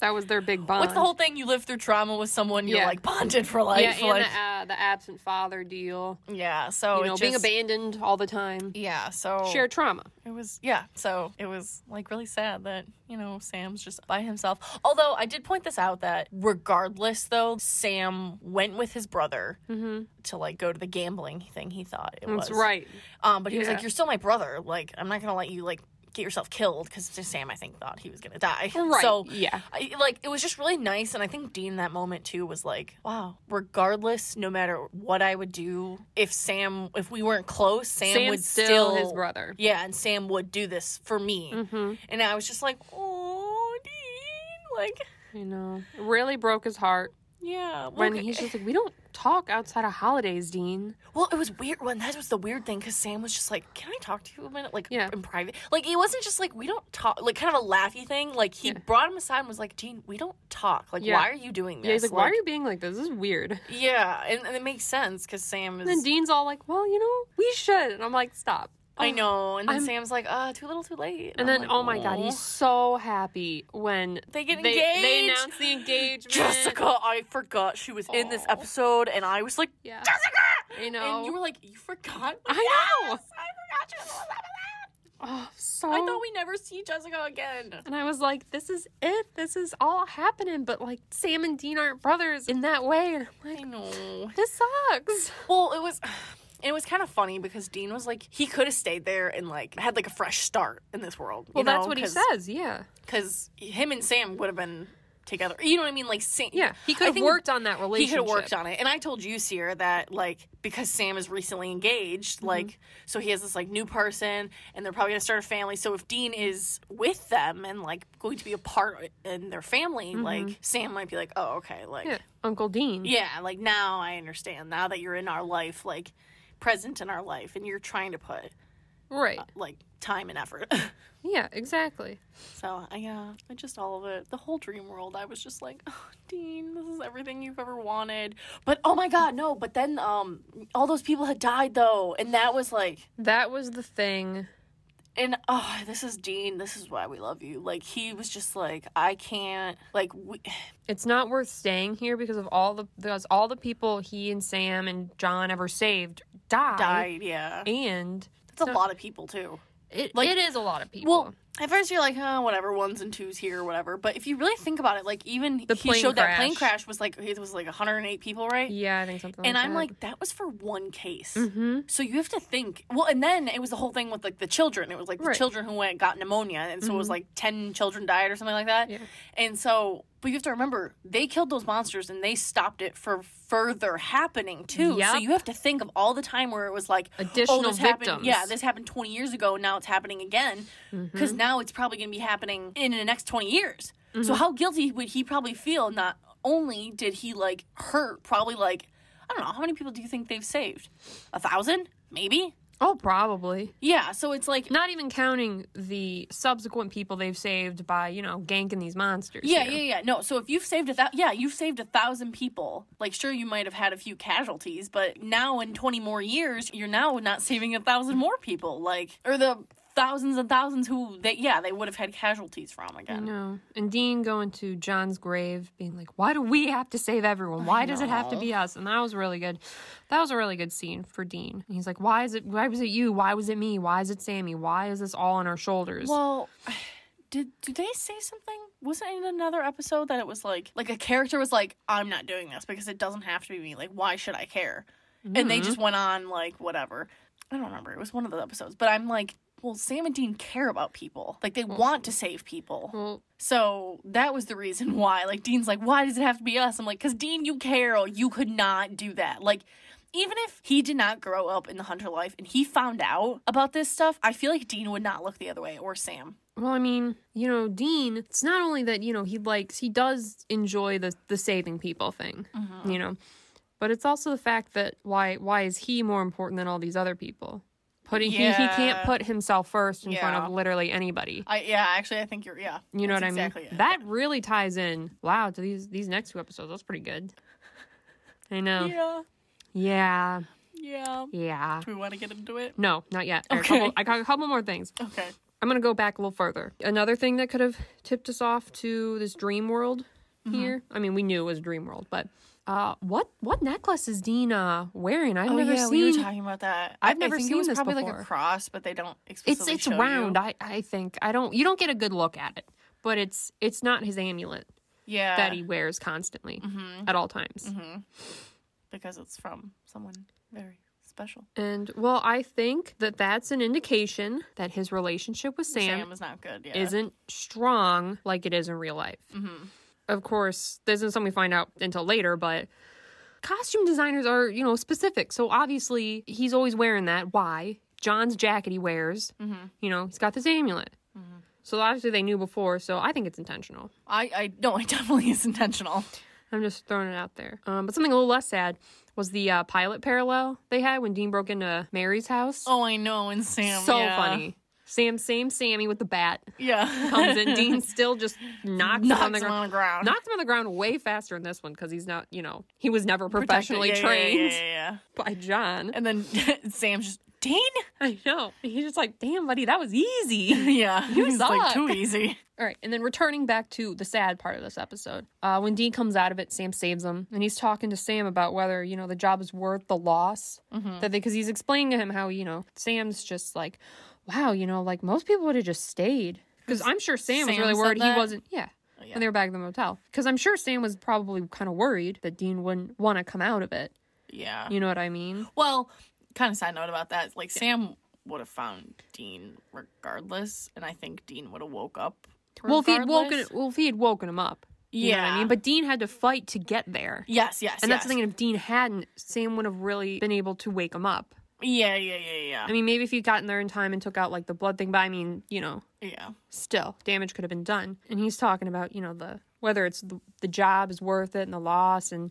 B: that was their big bond
A: what's the whole thing? You live through trauma with someone, you're
B: Yeah.
A: like bonded for life.
B: yeah and
A: like,
B: the, uh, the absent father deal
A: yeah, so
B: you
A: it
B: know being
A: just-
B: abandoned all the time
A: Yeah, so
B: shared trauma
A: it was yeah, so it was like really sad that, you know, Sam's just by himself. Although I did point this out that regardless though, Sam went with his brother
B: mm-hmm.
A: to like go to the gambling thing he thought it
B: that's
A: was.
B: right
A: Um but he was
B: Yeah.
A: like, You're still my brother. Like, I'm not gonna let you like get yourself killed because Sam I think thought he was gonna die. (laughs)
B: right
A: So
B: yeah
A: I, like it was just really nice and i think dean that moment too was like wow regardless no matter what i would do if sam if we weren't close sam
B: Sam's
A: would
B: still, his brother.
A: yeah and sam would do this for me
B: Mm-hmm.
A: and i was just like oh dean like
B: You know, it really broke his heart
A: yeah well,
B: when he's just like, "We don't talk outside of holidays, Dean."
A: well it was weird when that was the weird thing because sam was just like can i talk to you a minute like
B: Yeah.
A: in private like it wasn't just like we don't talk like kind of a laughy thing like he
B: Yeah.
A: brought him aside and was like dean we don't talk like
B: Yeah.
A: why are you doing this
B: Yeah, he's like, "Why are you being like this? This is weird."
A: Yeah, and, and it makes sense because Sam
B: And then
A: is.
B: Dean's all like, "Well, you know, we should," and I'm like, "Stop."
A: I know, and then
B: oh, I'm-
A: Sam's like, "Uh, too little, too late."
B: And
A: I'm
B: then,
A: like,
B: oh my god,
A: "Aw."
B: he's so happy when
A: They get
B: they, they
A: engaged. (laughs)
B: announced the engagement.
A: Jessica, I forgot she was in this
B: Aw.
A: episode, and I was like,
B: yeah,
A: Jessica,
B: I know.
A: and you were like, "You forgot?"
B: I
A: Yes,
B: know.
A: I forgot she was in this episode.
B: oh, so.
A: I thought we never see Jessica again.
B: and I was like, "This is it. This is all happening." But like, Sam and Dean aren't brothers in that way, and I'm
A: I
B: like,
A: know.
B: "This sucks."
A: Well, it was. (sighs) It was kind of funny because Dean was like he could have stayed there and like had like a fresh start in this world. you
B: Well, that's
A: know,
B: what he
A: 'cause-
B: says. Yeah.
A: because him and Sam would have been together. You know what I mean? Like Sam,
B: Yeah, he could
A: I
B: have
A: think
B: worked on that
A: He
B: relationship.
A: could have worked on it. And I told you, Sierra, that like because Sam is recently engaged,
B: Mm-hmm.
A: like so he has this like new person, and they're probably gonna start a family. So if Dean is with them and like going to be a part in their family, like Sam might be like, oh okay, like
B: Mm-hmm. Yeah, Uncle Dean.
A: yeah, like now I understand. Now that you're in our life, like present in our life, and you're trying to put
B: Right.
A: like time and effort. (laughs)
B: Yeah, exactly.
A: So I, yeah, I just all of it. The whole dream world. I was just like, oh, Dean, this is everything you've ever wanted. But oh my God, no! But then, um, all those people had died though, and that was like,
B: That was the thing.
A: and oh, this is Dean. This is why we love you. Like he was just like, I can't. Like we,
B: It's not worth staying here because of all the because all the people he and Sam and John ever saved died.
A: died. Yeah,
B: And
A: it's a
B: so-
A: lot of people too.
B: it,
A: Like-
B: it is a lot of people.
A: Well, at first you're like, huh, whatever, ones and twos here, whatever. But if you really think about it, like even
B: The
A: he
B: plane
A: showed that plane
B: crash.
A: crash was like it was like 108 people, right?
B: yeah, Oh, I think something.
A: And
B: like
A: I'm
B: that.
A: like, oh, that was for one case.
B: Mhm.
A: So you have to think. Well, and then it was the whole thing with like the children. It was like the
B: Right. Mm-hmm.
A: children who went got pneumonia, and so it was like ten children died or something like that.
B: Yeah.
A: And so, but you have to remember they killed those monsters and they stopped it for further happening too. So
B: Yep.
A: you have to think of all the time where it was like
B: Additional
A: oh, this Happened,
B: victims. Mm-hmm.
A: yeah, this happened twenty years ago. and Now it's happening again because
B: Hmm?
A: now it's probably going to be happening in the next twenty years.
B: Mm-hmm.
A: So how guilty would he probably feel? Not only did he like hurt, probably like I don't know how many people do you think they've saved? A thousand, maybe.
B: oh, probably
A: Yeah, so it's like
B: not even counting the subsequent people they've saved by you know ganking these monsters.
A: yeah,
B: here.
A: yeah, yeah. No, so if you've saved a thousand, yeah, you've saved a thousand people. Like, sure, you might have had a few casualties, but now in twenty more years, you're now not saving a thousand more people. Like, or the thousands and thousands who they yeah they would have had casualties from
B: I
A: again.
B: know. And Dean going to John's grave, being like, "Why do we have to save everyone? Why does it have to be us?" And that was really good. That was a really good scene for Dean. And he's like, "Why is it? Why was it you? Why was it me? Why is it Sammy? Why is this all on our shoulders?"
A: Well, (sighs) did do they say something? Wasn't it in another episode that it was like like a character was like, "I'm not doing this because it doesn't have to be me. Like, why should I mm-hmm.
B: Mm-hmm.
A: care?" And they just went on like whatever. I don't remember. It was one of the episodes, but I'm like, well, Sam and Dean care about people. Like they want to save people.
B: Well,
A: So that was the reason (laughs) why. Like Dean's like, why does it have to be us? I'm like, because Dean, you care. Oh, You could not do that. Like, even if he did not grow up in the hunter life and he found out about this stuff, I feel like Dean would not look the other way or Sam.
B: well, I mean, you know, Dean. It's not only that you know he likes he does enjoy the the saving people thing,
A: Mm-hmm. Uh-huh.
B: you know, but it's also the fact that why why is he more important than all these other people? Putting he, he
A: Yeah.
B: can't put himself first in front
A: Yeah.
B: of literally anybody.
A: I yeah, actually, I think you're yeah.
B: You know
A: that's
B: what
A: exactly
B: I mean?
A: It.
B: That really ties in. Wow, to these these next two episodes, that's pretty
A: (laughs)
B: good. I know.
A: yeah,
B: Yeah.
A: yeah.
B: Yeah.
A: Do we want to get into it?
B: No, not yet. I got a
A: Okay.
B: couple- I got a couple more things.
A: Okay.
B: I'm gonna go back a little further. Another thing that could have tipped us off to this dream world
A: Mm-hmm.
B: here. I mean, we knew it was dream world, but uh, what what necklace is Dean uh, wearing? I've
A: Oh
B: never
A: yeah,
B: seen.
A: we were talking about that. I-
B: I've never
A: I think
B: seen
A: it was
B: this
A: probably like
B: before.
A: a cross, but they don't
B: it's
A: explicitly
B: it's
A: show you.
B: round. I I think I don't. You don't get a good look at it, but it's it's not his amulet
A: Yeah,
B: that e- he wears constantly
A: Mhm.
B: at all times.
A: because it's from someone very special.
B: And well, I think that that's an indication that his relationship with Sam,
A: Sam is not good. Yeah. Mm-hmm.
B: isn't strong like it is in real life. Of course, this isn't something we find out until later, but costume designers are, you know, specific. So obviously, he's always wearing that. Why? John's jacket he wears, you know, he's got this amulet. So obviously, they knew before, so I think it's intentional.
A: I, I (laughs) no, it definitely is intentional.
B: I'm just throwing it out there. Um, but something a little less sad was the uh, pilot parallel they had when Dean broke into Mary's house.
A: Oh, I know, and Sam.
B: so
A: yeah.
B: funny. Sam, same Sammy with the bat
A: Yeah,
B: comes
A: (laughs)
B: in. Dean still just knocks, him
A: knocks
B: on the ground.
A: ground.
B: Knocks him on the ground way faster in this one because he's not, you know, he was never
A: Protected.
B: professionally
A: Yeah, yeah, yeah,
B: trained
A: Yeah, yeah, yeah.
B: by John. (laughs)
A: And then (laughs) Sam's just Dean.
B: I know. He's just like, damn, buddy, that was easy.
A: (laughs) Yeah,
B: You
A: he's like
B: suck.
A: too easy.
B: All right. And then returning back to the sad part of this episode, uh, when Dean comes out of it, Sam saves him. And he's talking to Sam about whether, you know, the job is worth the loss.
A: Mm-hmm.
B: That Because he's explaining to him how, you know, Sam's just like, wow, you know, like most people would have just stayed. Because I'm sure Sam, was
A: Sam
B: really
A: said
B: worried he
A: that?
B: wasn't. Yeah.
A: yeah.
B: When they were back in the motel. Because I'm sure Sam was probably kind of worried that Dean wouldn't want to come out of it.
A: Yeah.
B: You know what I mean?
A: Well, kind of side note about that. Like Sam would have found Dean regardless, and I think Dean would have woke up.
B: Well, if he had woken,
A: regardless.
B: well, if he had woken him up, you know what I
A: Yeah.
B: mean. But Dean had to fight to get there,
A: Yes, yes,
B: and
A: yes.
B: that's the thing. If Dean hadn't, Sam would have really been able to wake him up.
A: Yeah, yeah, yeah,
B: I mean, maybe if he'd gotten there in time and took out like the blood thing, but I mean, you know,
A: yeah, yeah.
B: still damage could have been done. And he's talking about you know the whether it's the, the job is worth it and the loss, and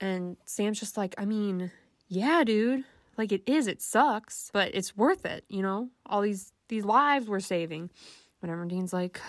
B: and Sam's just like, I mean, yeah, dude, like it is, it sucks, but it's worth it. You know, all these these lives we're saving. Whenever Dean's like,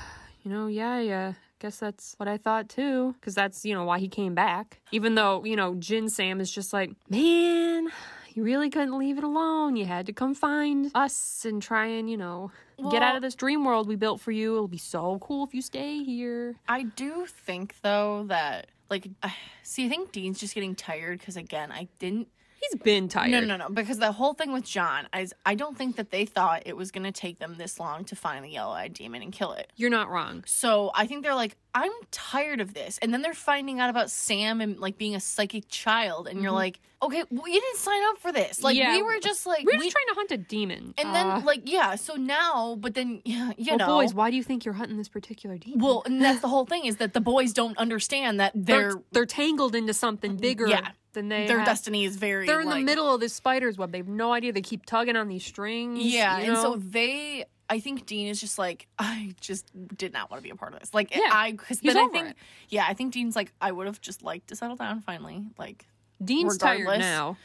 B: you know, yeah, yeah, guess that's what I thought too, because that's you know why he came back. Even though you know Jin Sam is just like, man, you really couldn't leave it alone. You had to come find us and try and you know get out
A: Well-
B: of this dream world we built for you. It'll be so cool if you stay here.
A: I do think though that like, uh, see, I think Dean's just getting tired because again, I didn't
B: He's been tired.
A: No, no, no. Because the whole thing with John is, I don't think that they thought it was going to take them this long to find the yellow eyed demon and kill it.
B: You're not wrong.
A: So I think they're like, I'm tired of this. And then they're finding out about Sam and like being a psychic child. And you're like, okay, we didn't sign up for this. Like,
B: Mm-hmm. Yeah.
A: we were just like,
B: We're just
A: we-
B: trying to hunt a demon.
A: and then
B: Uh,
A: like, yeah. So now, but then, (laughs) yeah, you
B: well,
A: know.
B: boys, why do you think you're hunting this particular demon?
A: well, and that's the whole thing is that the boys don't understand that
B: they're
A: their
B: they're, tangled into something bigger
A: Mm, Yeah.
B: than they.
A: their
B: have.
A: destiny is very.
B: They're in the
A: like-
B: middle of this spider's web. They have no idea. They keep tugging on these strings.
A: Yeah,
B: you
A: and so
B: know?
A: they, I think Dean is just like, (laughs) I just did not want to be a part of this. Like,
B: Yeah,
A: I because
B: he's
A: then I
B: over
A: think,
B: it.
A: yeah, I think Dean's like, I would have just liked to settle down finally. Like,
B: Dean's tired
A: regardless-
B: now.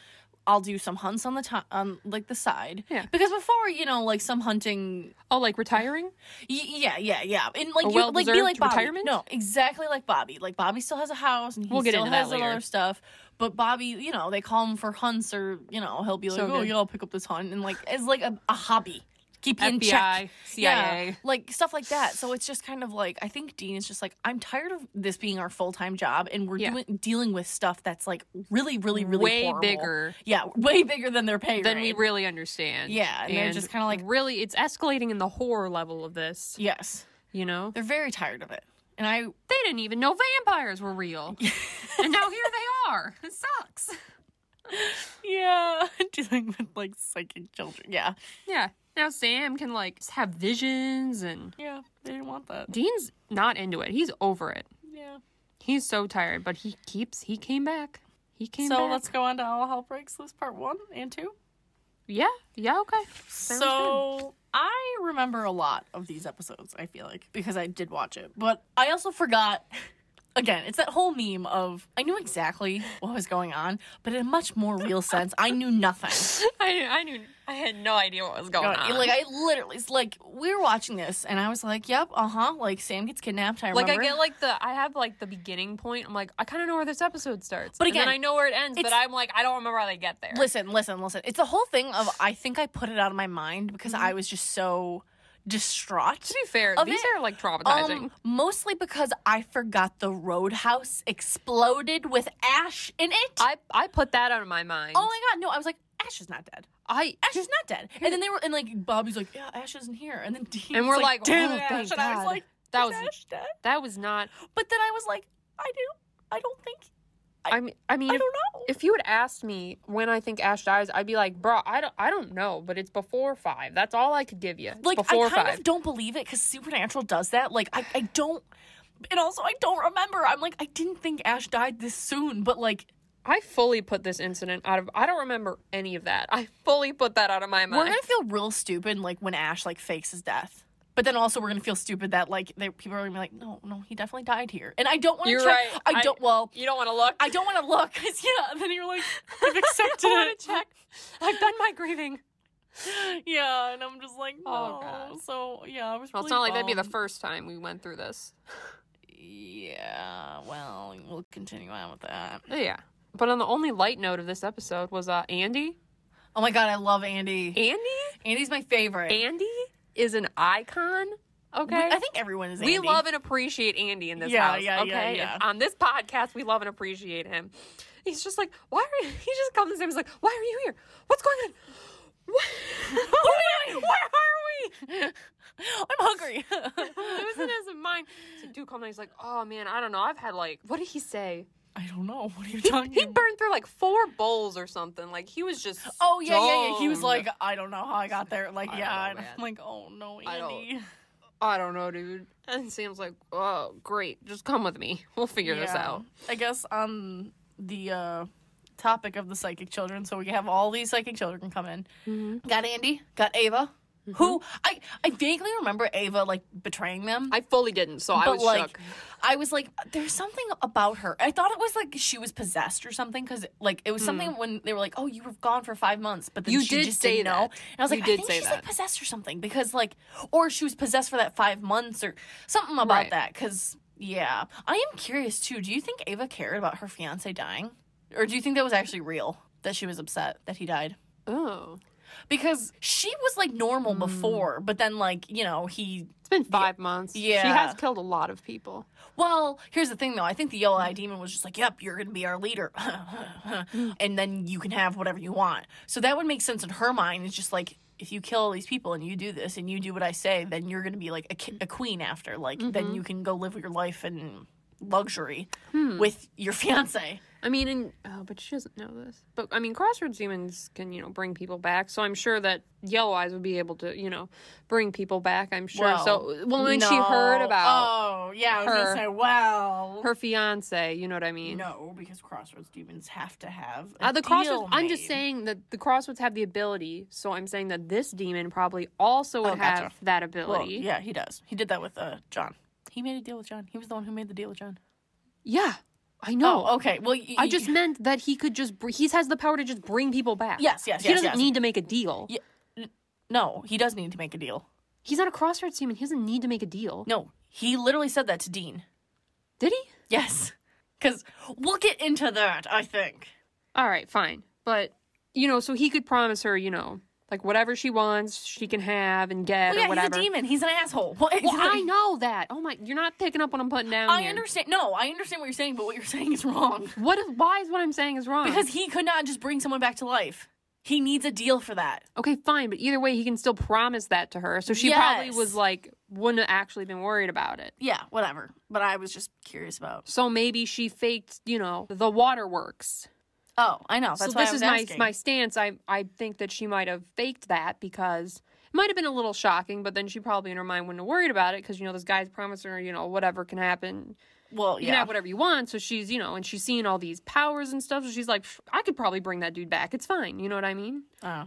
A: I'll do some hunts on the top, on like the side.
B: Yeah.
A: because before you know, like some hunting.
B: Oh,
A: (laughs)
B: like retiring?
A: Y- yeah, yeah, yeah, and like
B: A
A: you like be
B: well-deserved
A: like Bobby.
B: retirement?
A: No, exactly like Bobby. Like Bobby still has a house and he
B: We'll get
A: still
B: into that
A: has all
B: later.
A: other stuff. But Bobby, you know, they call him for hunts or you know he'll be like,
B: So
A: oh
B: good.
A: yeah, I'll pick up this hunt and like it's like a, a hobby. Keep you in check.
B: FBI, CIA.
A: Yeah, like stuff like that. So it's just kind of like I think Dean is just like I'm tired of this being our full time job, and we're
B: Yeah.
A: doing dealing with stuff that's like really, really, really
B: Way
A: horrible.
B: bigger
A: Yeah, (laughs) way bigger than their pay
B: than we
A: grade.
B: really understand.
A: Yeah, and they're just kinda like-
B: really, it's escalating in the horror level of this.
A: yes,
B: You know,
A: they're very tired of it, and I
B: they didn't even know vampires were
A: (laughs)
B: real, and now here they are. It sucks.
A: (laughs) yeah dealing with like psychic children. Yeah,
B: Yeah, Now Sam can like just have visions and
A: Yeah, they didn't want that.
B: Dean's not into it. He's over it.
A: Yeah.
B: He's so tired, but he keeps he came back. He came
A: so
B: back.
A: let's go on to All Hell Breaks Loose Part 1 and 2.
B: Yeah, yeah, okay. Sounds
A: so I remember a lot of these episodes, I feel like, because I did watch it. But I also forgot. (laughs) Again, it's that whole meme of I knew exactly what was going on, but in a much more real sense, I knew nothing.
B: good. (laughs) I knew, I knew I had no idea what was going
A: No, it- Like I literally, it's like we were watching this, and I was like, "Yep, uh huh." Like Sam gets kidnapped. I remember.
B: Like I get like the I have like the beginning point. I'm like I kind of know where this episode starts,
A: But
B: And then
A: again,
B: I know where it ends. But
A: it's-
B: I'm like I don't remember how they get there.
A: Listen, listen, listen. It's the whole thing of I think I put it out of my mind because I was just so distraught.
B: to be fair,
A: Of
B: these
A: it-
B: are like traumatizing.
A: Um, mostly because I forgot the roadhouse exploded with Ash in it.
B: I I put that out of my mind.
A: oh my god, no! I was like, Ash is not dead.
B: I
A: Ash is not dead. And then they were, and like Bobby's like, yeah, Ash isn't here. And then (laughs) Dean's
B: and we're like,
A: like, damn
B: oh,
A: Ash.
B: thank
A: and I was
B: God.
A: like,
B: that
A: is
B: was
A: Ash dead?
B: that was not.
A: But then I was like, I do, I don't think, I-
B: I mean, I mean,
A: I
B: if,
A: don't know.
B: if you had asked me when I think Ash dies, I'd be like, bro, I don't I don't know, but it's before five. That's all I could give you. It's
A: like
B: before
A: I kind
B: five.
A: of don't believe it because Supernatural does that. Like I, I don't, and also I don't remember. I'm like I didn't think Ash died this soon, but like
B: I fully put this incident out of. I don't remember any of that. I fully put that out of my
A: we're
B: mind.
A: gonna feel real stupid like when Ash like fakes his death. But then also we're gonna feel stupid that like they, people are gonna be like, no, no, he definitely died here, and I don't want to.
B: You're
A: check.
B: right.
A: I
B: I-
A: don't. well,
B: You don't want to look.
A: I don't want to look. 'cause, yeah. And then you're like, I've
B: (laughs) I (laughs)
A: accepted
B: don't wanna
A: it.
B: check. I've done my grieving.
A: Yeah, and I'm just like, no.
B: Oh, God.
A: So yeah, I was.
B: Well, it's
A: really
B: not like that'd be the
A: bummed.
B: first time we went through this.
A: Yeah. Well, we'll continue on with that.
B: Oh, Yeah. But on the only light note of this episode was uh, Andy.
A: Oh my God, I love Andy.
B: Andy?
A: Andy's my favorite.
B: Andy is an icon. Okay.
A: We- I think everyone is.
B: We
A: Andy.
B: love and appreciate Andy in this
A: Yeah,
B: house.
A: yeah,
B: okay,
A: yeah, yeah.
B: And on this podcast, we love and appreciate him. He's just like, why are you? (laughs) He just comes in and is like, why are you here? What's going on? (laughs) What? Where, where are
A: (laughs)
B: we? (laughs)
A: I'm hungry. (laughs)
B: It was in his mind. So dude comes in, he's like, oh man, I don't know. I've had like, what did he say?
A: I don't know. What are you
B: He,
A: talking?
B: he
A: about?
B: burned through like four bowls or something. Like he was just.
A: Oh yeah, yeah, yeah. He was
B: stoned.
A: like, I don't know how I got there. Like,
B: I don't
A: yeah,
B: know,
A: and
B: man.
A: I'm like, oh no,
B: I don't-
A: Andy.
B: I don't know, dude. And Sam's like, oh great, just come with me. We'll figure this
A: Yeah.
B: out.
A: I guess on the uh, topic of the psychic children, so we have all these psychic children come in.
B: Mm-hmm.
A: Got Andy. Got Ava. Who I I vaguely remember Ava like betraying them.
B: I fully didn't, so I
A: but
B: was
A: like
B: shook.
A: I was like, there's something about her. I thought it was like she was possessed or something because like it was something when they were like, oh, you were gone for five months, but then
B: Hmm. You
A: she
B: did
A: just
B: say
A: didn't know.
B: that.
A: And I was
B: You
A: like, I
B: did
A: think
B: say
A: she's
B: that.
A: like possessed or something because like, or she was possessed for that five months or something about
B: Right.
A: that. Because yeah, I am curious too. Do you think Ava cared about her fiance dying, or do you think that was actually real that she was upset that he died?
B: Oh.
A: Because she was like normal
B: Hmm.
A: before, but then like you know he
B: It's been five months. She
A: Yeah.
B: has killed a lot of people.
A: Well, here's the thing though. I think the yellow eyed
B: Mm.
A: demon was just like, "Yep, you're gonna be our leader, (laughs) and then you can have whatever you want." So that would make sense in her mind. It's just like if you kill all these people and you do this and you do what I say, then you're gonna be like a, ki- a queen after. Like
B: Mm-hmm.
A: then you can go live your life in luxury
B: Hmm.
A: with your (laughs) fiance.
B: I mean, and oh, but she doesn't know this. But I mean, Crossroads demons can you know bring people back. So I'm sure that Yellow Eyes would be able to you know bring people back. I'm sure. so well, when she heard
A: No.
B: about
A: oh yeah, I was
B: her-
A: gonna say well.
B: her fiance, you know what I mean.
A: no, because crossroads demons have to have a
B: Uh, the crossroads.
A: deal
B: I'm just
A: made.
B: saying that the crossroads have the ability. So I'm saying that this demon probably also would
A: Oh,
B: have
A: gotcha.
B: that
A: Well,
B: ability.
A: yeah, he does. He did that with uh, John. He made a deal with John. He was the one who made the deal with John.
B: Yeah, I know.
A: Oh, okay. Well, y-
B: I just meant that he could just. Br- he has the power to just bring people back.
A: Yes, yes,
B: He
A: yes, yes.
B: doesn't need to make a deal.
A: Yeah. no. He does need to make a deal.
B: He's not a crossroads demon. He doesn't need to make a deal.
A: No, he literally said that to Dean.
B: Did he?
A: Yes, because we'll get into that. I think.
B: All right, fine. But, you know, so he could promise her, you know, like whatever she wants, she can have and get
A: Well,
B: or
A: yeah,
B: whatever.
A: he's a demon. He's an asshole. Well,
B: Well, I know that. Oh my, you're not picking up what I'm putting down.
A: I
B: here.
A: understand. No, I understand what you're saying, but what you're saying is (laughs) wrong.
B: What is why is what I'm saying is wrong?
A: Because he could not just bring someone back to life. He needs a deal for that.
B: okay, fine, but either way, he can still promise that to her. So she probably
A: Yes.
B: was like wouldn't have actually been worried about it.
A: Yeah, whatever. But I was just curious about.
B: So maybe she faked, you know, the waterworks.
A: Oh, I know. That's
B: so
A: why
B: this
A: I was
B: is my
A: asking.
B: my stance. I I think that she might have faked that because It might have been a little shocking, but then she probably in her mind wouldn't have worried about it because, you know, this guy's promising her, you know, whatever can happen.
A: Well,
B: You can
A: yeah.
B: have whatever you want. So she's, you know, and she's seeing all these powers and stuff. So she's like, "Pff, I could probably bring that dude back. It's fine. You know what I mean?
A: Oh.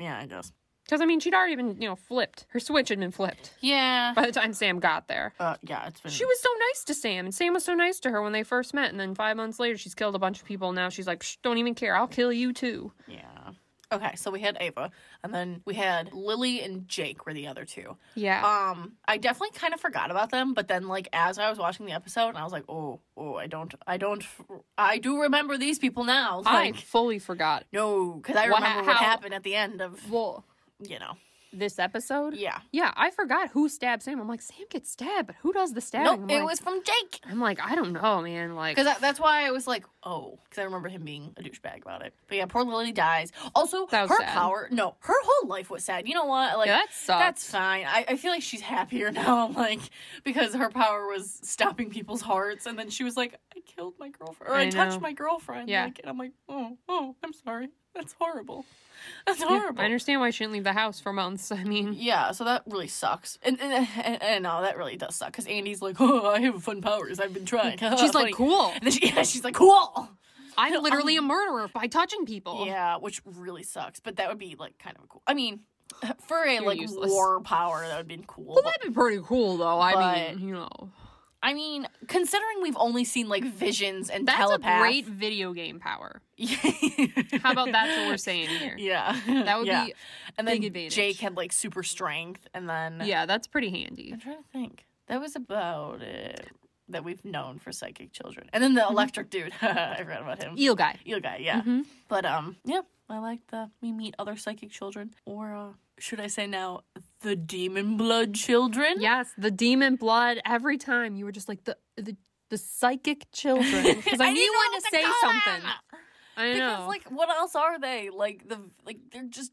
A: Yeah, I guess.
B: Because, I mean, she'd already been, you know, flipped. Her switch had been flipped
A: Yeah.
B: by the time Sam got there.
A: Uh, yeah, it's been.
B: She was so nice to Sam, and Sam was so nice to her when they first met. And then five months later, she's killed a bunch of people. And now she's like, Psh, don't even care. I'll kill you too.
A: yeah. Okay, so we had Ava, and then we had Lily and Jake were the other two.
B: Yeah.
A: Um, I definitely kind of forgot about them, but then like as I was watching the episode, I was like, oh, oh, I don't, I don't, I do remember these people now. Like,
B: I fully forgot.
A: no, because I
B: What-
A: remember what
B: how-
A: happened at the end of
B: Well,
A: you know,
B: this episode?
A: yeah.
B: Yeah, I forgot who stabbed Sam. I'm like, Sam gets stabbed, but who does the
A: No,
B: stabbing? I'm
A: it
B: like-
A: was from Jake.
B: I'm like, I don't know, man. Like,
A: Because that's why I was like, oh, because I remember him being a douchebag about it. But yeah, poor Lily dies. Also,
B: That
A: her
B: was sad.
A: power, no, her whole life was sad. You know what? Like,
B: yeah, that sucks.
A: that's fine. I, I feel like she's happier (laughs) now. I'm like, because her power was stopping people's hearts. And then she was like, I killed my girlfriend, or I,
B: I know.
A: touched my girlfriend.
B: Yeah.
A: Like, and I'm like, oh, oh, I'm sorry. That's horrible. That's
B: Yeah,
A: horrible.
B: I understand why she didn't leave the house for months. I mean,
A: Yeah, so that really sucks, and and, and, and no, that really does suck. Cause Andy's like, (laughs) oh, I have fun powers. I've been trying. (laughs)
B: (laughs) she's like,
A: Funny.
B: cool.
A: And then she, (laughs) yeah, she's like, cool.
B: (laughs) I'm literally a murderer by touching people.
A: Yeah, which really sucks. But that would be like kind of a cool. I mean, (laughs) for a like
B: useless.
A: war power, that would have been cool.
B: Well,
A: but-
B: that'd be pretty cool, though. I
A: But-
B: mean, you know,
A: I mean, considering we've only seen like visions and
B: that's
A: telepath. (laughs)
B: a great video game power. How
A: How
B: about that's what we're saying (laughs) here?
A: Yeah,
B: That would
A: Yeah.
B: be,
A: And then
B: big advantage.
A: Jake had like super strength, and then
B: yeah, that's pretty handy.
A: I'm trying to think. That was about it that we've known for psychic children, and then
B: Mm-hmm.
A: the electric dude. (laughs) I forgot about him.
B: Eel guy.
A: Eel guy, yeah.
B: Mhm.
A: But um, yeah, I like the we meet other psychic children, or uh, should I say now the demon blood children?
B: Yes, the demon blood. Every time you were just like the the, the psychic children
A: (laughs)
B: because I,
A: didn't
B: knew you
A: know what
B: wanted to say
A: call
B: something.
A: them.
B: I
A: Because
B: know.
A: like, what else are they? Like the like they're just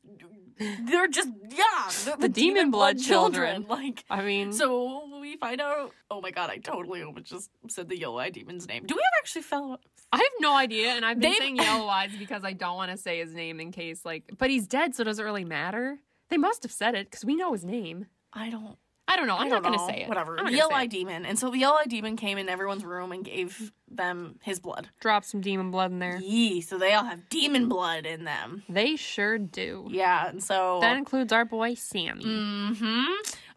A: they're just yeah they're
B: The demon blood children. Mm-hmm.
A: Like
B: I mean,
A: so we find out. Oh my god, I totally almost just said the yellow eye demon's name. Do we ever actually follow?
B: I have no idea, and I've been
A: They've-
B: saying Yellow Eyes because I don't want to say his name in case like, but he's dead, so does it really matter? They must have said it because we know his name.
A: I don't.
B: I don't know. I'm
A: I don't
B: not
A: know.
B: gonna say it.
A: Whatever.
B: I'm not
A: The
B: gonna
A: yellow
B: say
A: eye
B: it.
A: demon. And so the yellow eye demon came in everyone's room and gave them his blood.
B: Drop some demon blood in there.
A: Yee, so they all have demon blood in them.
B: They sure do.
A: Yeah, and so
B: That includes our boy Sammy,
A: hmm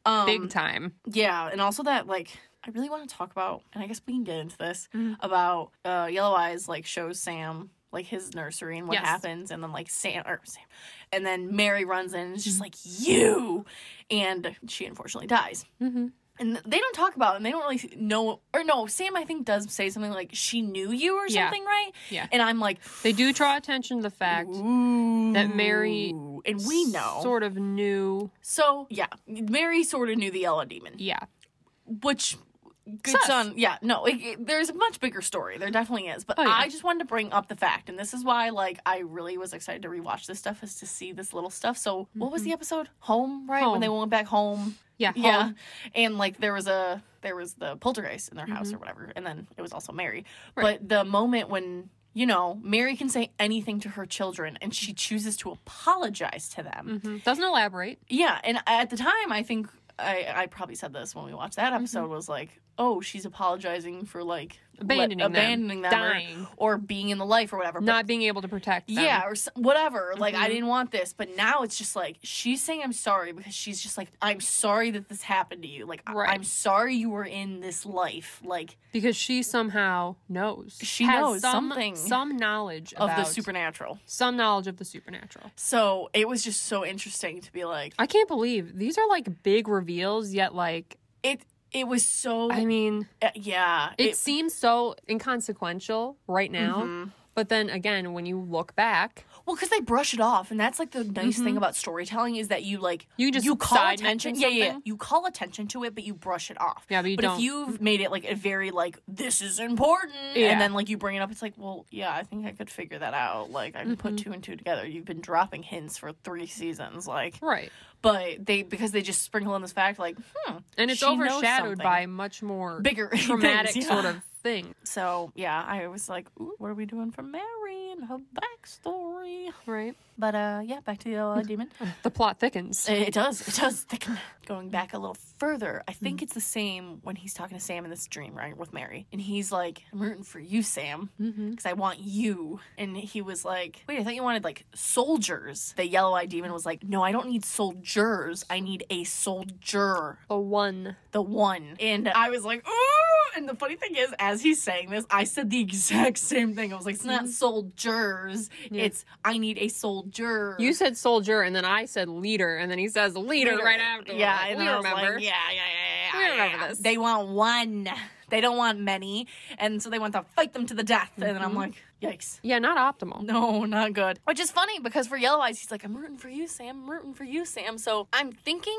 A: um,
B: big time.
A: yeah, and also that like I really want to talk about, and I guess we can get into this
B: Mhm.
A: about uh, Yellow Eyes like shows Sam like his nursery and what
B: Yes.
A: happens, and then like Sam or Sam, and then Mary runs in and is
B: Mm-hmm.
A: just like you, and she unfortunately dies.
B: Mm-hmm.
A: And they don't talk about it, and they don't really know or no. Sam I think does say something like she knew you or
B: Yeah.
A: something, right?
B: Yeah.
A: And I'm like,
B: They do draw attention to the fact that Mary
A: Ooh. and we know
B: sort of knew.
A: So yeah, Mary sort of knew the yellow demon,
B: Yeah,
A: which good
B: Sus.
A: son. Yeah, no, it, it- there's a much bigger story. There definitely is, but
B: Oh, yeah.
A: I just wanted to bring up the fact, and this is why like I really was excited to rewatch this stuff is to see this little stuff. So what was the episode? Home, right?
B: Mm-hmm. Home.
A: When they went back home.
B: yeah,
A: Yeah,
B: Home.
A: and like there was a there was the poltergeist in their house or whatever, and then it was also Mary.
B: Mm-hmm. Right.
A: But the moment when you know Mary can say anything to her children, and she chooses to apologize to them.
B: Mhm. Doesn't elaborate.
A: Yeah, and at the time, I think I, I probably said this when we watched that
B: Mm-hmm.
A: episode was like, oh, she's apologizing for like let-
B: Abandoning them.
A: abandoning them, or-
B: Dying.
A: or, being in the life or whatever. but-
B: Not being able to protect. Them.
A: yeah, or s- whatever. Like
B: Mhm.
A: I didn't want this, but now it's just like she's saying I'm sorry because she's just like I'm sorry that this happened to you. Like I-
B: Right.
A: I'm sorry you were in this life. Like
B: because she somehow knows
A: She
B: has
A: knows
B: some,
A: something
B: some knowledge
A: of
B: about
A: the supernatural.
B: some knowledge of the supernatural
A: So it was just so interesting to be like
B: i can't believe these are like big reveals yet like
A: it. It was so
B: i mean
A: uh, yeah.
B: it,
A: it-
B: seems so inconsequential right now
A: Mhm.
B: but then again when you look back
A: Well, because they brush it off, and that's like the nice thing about storytelling is that you like
B: Mm-hmm. You just
A: you call
B: side mention
A: attention. Yeah, yeah, yeah.
B: something.
A: You call attention to it, but you brush it off.
B: Yeah, but you don't-
A: if you've made it like a very like this is important,
B: Yeah.
A: and then like you bring it up, it's like, well, yeah, I think I could figure that out. Like I can put
B: Mm-hmm.
A: two and two together. You've been dropping hints for three seasons, like,
B: right
A: but they because they just sprinkle in this fact, like, hmm,
B: and it's
A: She knows
B: overshadowed
A: something.
B: by much more
A: bigger (laughs)
B: traumatic
A: things, yeah.
B: sort of thing
A: So yeah, I was like, Ooh, what are we doing for Mary? and her backstory.
B: Right.
A: But uh, yeah, back to the uh, demon.
B: The plot thickens.
A: It does. It does. (laughs) thicken. Going back a little further, I
B: Mm-hmm.
A: think it's the same when he's talking to Sam in this dream, right, with Mary. And he's like, I'm rooting for you, Sam,
B: Mm-hmm.
A: because I want you. And he was like, Wait, I thought you wanted like soldiers. The yellow eyed demon was like, No, I don't need soldiers. I need a soldier,
B: A one.
A: the one. And I was like, Ooh! And the funny thing is, as he's saying this, I said the (laughs) exact same thing. I was like, It's not soldiers.
B: Mm-hmm. Yeah.
A: It's, I need a soldier.
B: You said soldier, and then I said leader, and then he says leader, right after.
A: Yeah,
B: Like,
A: and
B: we
A: I was
B: remember.
A: Like, yeah, yeah, yeah, yeah.
B: We
A: yeah,
B: remember
A: yeah.
B: this.
A: They want one. They don't want many, and so they want to fight them to the death. And
B: Mm-hmm.
A: then I'm like, yikes.
B: Yeah, not optimal.
A: No, not good. Which is funny because for Yellow Eyes, he's like, I'm rooting for you, Sam. I'm rooting for you, Sam. So I'm thinking,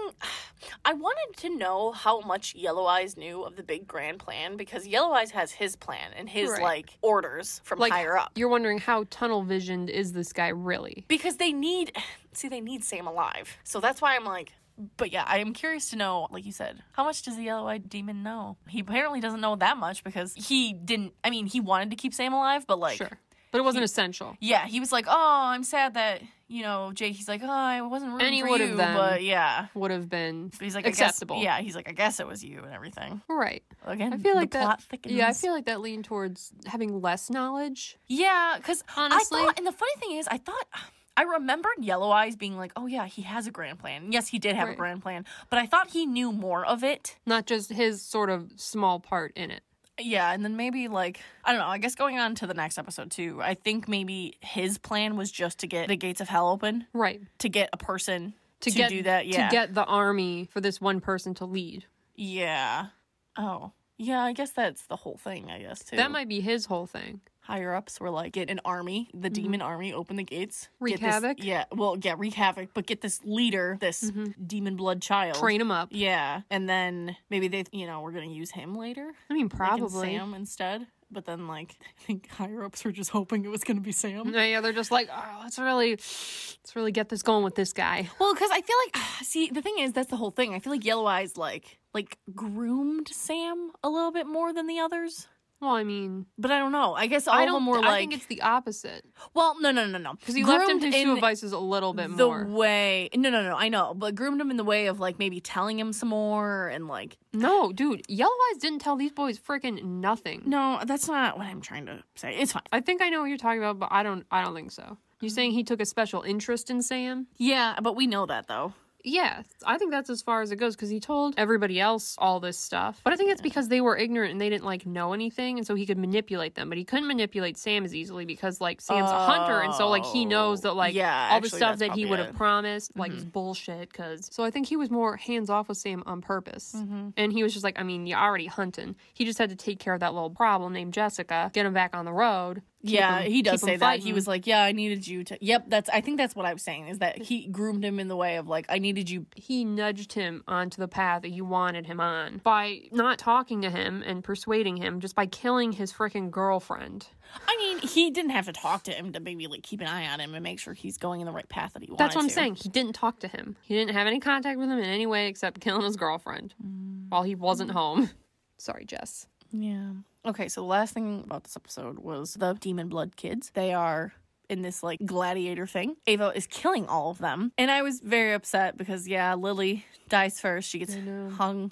A: (sighs) I wanted to know how much Yellow Eyes knew of the big grand plan because Yellow Eyes has his plan and his
B: Right.
A: like orders from
B: Like
A: higher up.
B: You're wondering how tunnel visioned is this guy really?
A: because they need (sighs) see they need sam alive so that's why i'm like but yeah i am curious to know like you said how much does the yellow-eyed demon know he apparently doesn't know that much because he didn't i mean he wanted to keep sam alive but like
B: sure, but it wasn't essential.
A: yeah he was like oh i'm sad that you know jake he's like oh i wasn't rooting
B: Any
A: for
B: one of
A: you
B: them.
A: but yeah
B: Would have been
A: But he's like
B: acceptable.
A: I guess, yeah he's like i guess it was you and everything
B: right.
A: again
B: I feel like
A: the
B: that.
A: plot thickens
B: Yeah, I feel like that leaned towards having less knowledge.
A: Yeah, because
B: Honestly.
A: I thought, and the funny thing is, I thought. I remembered Yellow Eyes being like, "Oh yeah, he has a grand plan." Yes, he did have
B: Right.
A: a grand plan, but I thought he knew more of it.
B: not just his sort of small part in it.
A: Yeah, and then maybe like I don't know. I guess going on to the next episode too. I think maybe his plan was just to get the gates of hell open
B: Right.
A: to get a person
B: To,
A: to,
B: get
A: do that. Yeah,
B: to get the army for this one person to lead.
A: yeah. Oh, yeah. I guess that's the whole thing. I guess too.
B: That might be his whole thing.
A: higher ups were like, get an army, the demon army, open the gates.
B: Wreak
A: get this-
B: havoc?
A: Yeah, well, yeah, wreak havoc, but get this leader, this demon blood child.
B: Train him up.
A: Mm-hmm. Yeah, and then maybe they, you know, we're going to use him later.
B: I mean,
A: making
B: probably.
A: Sam instead. But then, like, (laughs) I think higher ups were just hoping it was going to be Sam. (laughs)
B: No, yeah, they're just like, oh, let's really, let's really get this going with this guy.
A: Well, because I feel like, (sighs) see, the thing is, that's the whole thing. I feel like Yellow Eyes, like, like groomed Sam a little bit more than the others.
B: Well, I mean,
A: But I don't know. I guess all
B: I
A: of
B: don't.
A: them were
B: I
A: like,
B: think it's the opposite
A: well, no, no, no, no,
B: because he left him
A: Groomed
B: to
A: in-
B: two vices a little bit
A: the
B: more.
A: way no no no i know but groomed him in the way of like maybe telling him some more and like
B: no, dude, Yellow Eyes didn't tell these boys freaking nothing.
A: no that's not what i'm trying to say it's fine
B: I think I know what you're talking about, but I don't. I don't think so. You saying he took a special interest in Sam?
A: yeah but we know that though
B: Yeah, I think that's as far as it goes because he told everybody else all this stuff. But I think it's because they were ignorant and they didn't like know anything, and so he could manipulate them. But he couldn't manipulate Sam as easily because like Sam's a hunter, and so like he knows that like
A: Oh. Yeah,
B: all the
A: actually, that's
B: stuff that
A: probably
B: he would have
A: it. Mm-hmm.
B: promised like is bullshit. Because so I think he was more hands off with Sam on purpose,
A: Mm.
B: and he was just like, I mean, you're already hunting. He just had to take care of that little problem named Jessica, get him back on the road. keep
A: yeah
B: him-
A: he does
B: keep him
A: say that he
B: fighting.
A: was like yeah i needed you to yep that's i think that's what i was saying is that he groomed him in the way of like i needed you
B: he nudged him onto the path that you wanted him on by not talking to him and persuading him just by killing his freaking girlfriend.
A: i mean he didn't have to talk to him to maybe like keep an eye on him and make sure he's going in the right path that he wanted
B: That's what I'm
A: to.
B: saying. He didn't talk to him. He didn't have any contact with him in any way except killing his girlfriend
A: Mm.
B: while he wasn't home. (laughs) Sorry, Jess.
A: Yeah. Okay, so the last thing about this episode was the demon blood kids. They are in this like gladiator thing. Ava is killing all of them. And I was very upset because yeah, Lily dies first. She gets hung.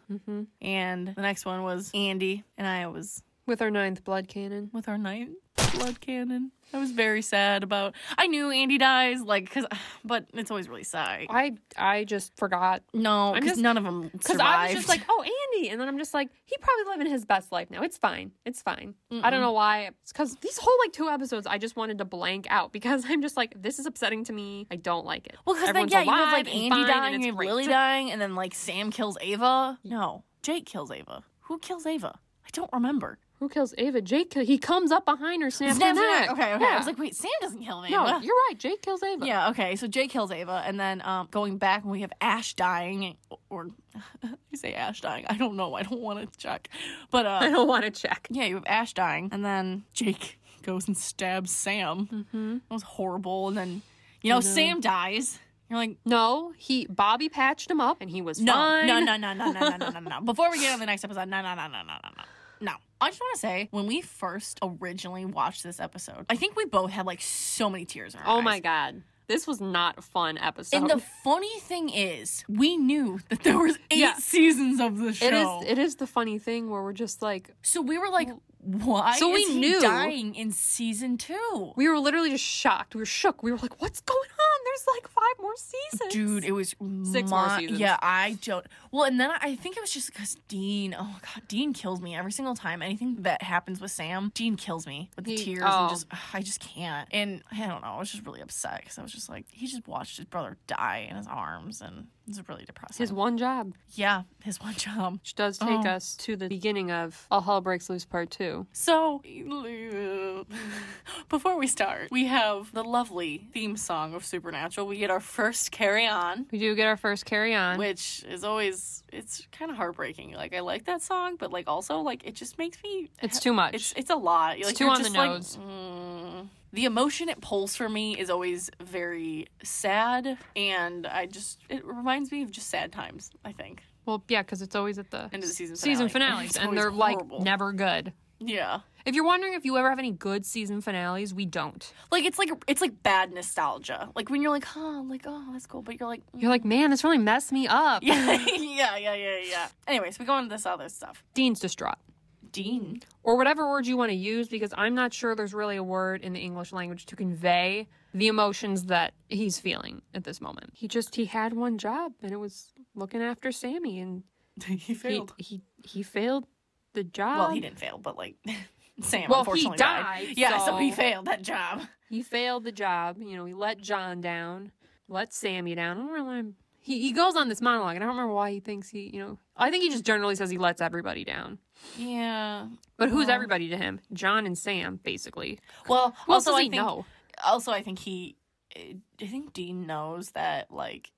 A: And the next one was Andy and I was
B: With our ninth blood cannon.
A: with our ninth blood cannon. I was very sad about I knew Andy dies like cuz (sighs) but it's always really sad.
B: I I just forgot
A: No,
B: I'm
A: cuz
B: just-
A: none of (laughs) them
B: because
A: survived.
B: I was just like, oh Andy, and then I'm just like, he probably living his best life now. It's fine. It's fine. I don't know why. Because these whole like two episodes, I just wanted to blank out (laughs) because I'm just like, this is upsetting to me. I don't like it.
A: Well, because then
B: Everyone's
A: yeah, you have
B: alive
A: like
B: and
A: Andy
B: fine and
A: dying,
B: it's
A: you have
B: great.
A: Lily dying, and then like Sam kills Ava. No, Jake kills Ava. Who kills Ava? I don't remember.
B: Who kills Ava? Jake. Kill- he comes up behind her, snaps her
A: Snaps her
B: neck.
A: neck. Okay, okay.
B: Yeah.
A: I was like, wait, Sam doesn't kill Ava.
B: no, you're right. Jake kills Ava.
A: yeah, okay. So Jake kills Ava, and then um, going back when we have Ash dying, or (laughs) you say Ash dying. I don't know. I don't want to check, but
B: (laughs) I (laughs)
A: uh,
B: don't want to check.
A: yeah, you have Ash dying, and then Jake goes and stabs Sam. Mm-hmm. That was horrible. And then you know Sam dies. You're like,
B: No, he Bobby patched him up, and he was
A: No,
B: fine.
A: no, no, no, no, no, no, no, no, no. Before we get on the next episode, no, no, no, no, no, no, no. No. I just want to say, when we first originally watched this episode, I think we both had like so many tears in our
B: Oh
A: eyes.
B: my god. This was not a fun episode.
A: And the funny thing is, we knew that there was eight
B: Yeah.
A: seasons of the
B: it
A: show.
B: is it is the funny thing where we're just like
A: so we were like, why
B: So
A: is
B: we
A: he
B: knew-
A: dying in season two?
B: we were literally just shocked. We were shook. We were like, "What's going on? There's like five more seasons."
A: Dude, it was
B: Six more
A: mon-
B: seasons.
A: Yeah, I don't. Well, and then I, I think it was just because Dean. Oh my god, Dean kills me every single time. Anything that happens with Sam, Dean kills me with the
B: He-
A: tears
B: oh.
A: and just. ugh, I just can't. And I don't know. I was just really upset because I was just like, he just watched his brother die in his arms, and it's really depressing.
B: his one job,
A: yeah, his one job.
B: which does take
A: Oh.
B: us to the beginning of All Hell Breaks Loose Part 2.
A: So, (laughs) before we start, we have the lovely theme song of Supernatural. We get our first carry on.
B: We do get our first carry on.
A: which is always it's kind of heartbreaking. Like I like that song, but like also like it just makes me
B: it's too much.
A: it's it's a lot. Like,
B: too
A: you're
B: on the
A: just like,
B: nose.
A: mm. The emotion it pulls for me is always very sad, and I just it reminds me of just sad times. I think
B: well, yeah, because it's always at the
A: end of the season finale.
B: season finales,
A: It's
B: and
A: always
B: they're
A: horrible.
B: like never good.
A: yeah,
B: If you're wondering if you ever have any good season finales, we don't.
A: like it's like it's like bad nostalgia. Like when you're like, huh, like oh that's cool, but you're like. mm.
B: You're like, man, this really messed me
A: (laughs)
B: up.
A: yeah, (laughs) yeah, yeah, yeah, yeah. Anyways, we go into this other stuff.
B: Dean's distraught.
A: Dean.
B: Or whatever word you want to use, because I'm not sure there's really a word in the English language to convey the emotions that he's feeling at this moment. He just he had one job and it was looking after Sammy and
A: he
B: (laughs) he he, he failed the job.
A: Well, he didn't fail, but like (laughs) Sam
B: Well, he
A: unfortunately
B: died,
A: Yeah, so...
B: so-
A: he failed that job.
B: He failed the job. You know, he let John down, let Sammy down. I don't remember. He, he goes on this monologue, and I don't remember why he thinks he, you know, I think he just generally says he lets everybody down.
A: Yeah.
B: But who's
A: Well-
B: everybody to him? John and Sam, basically.
A: Well,
B: Who else
A: also
B: does
A: I
B: he
A: think
B: know?
A: also I think he I think Dean knows that like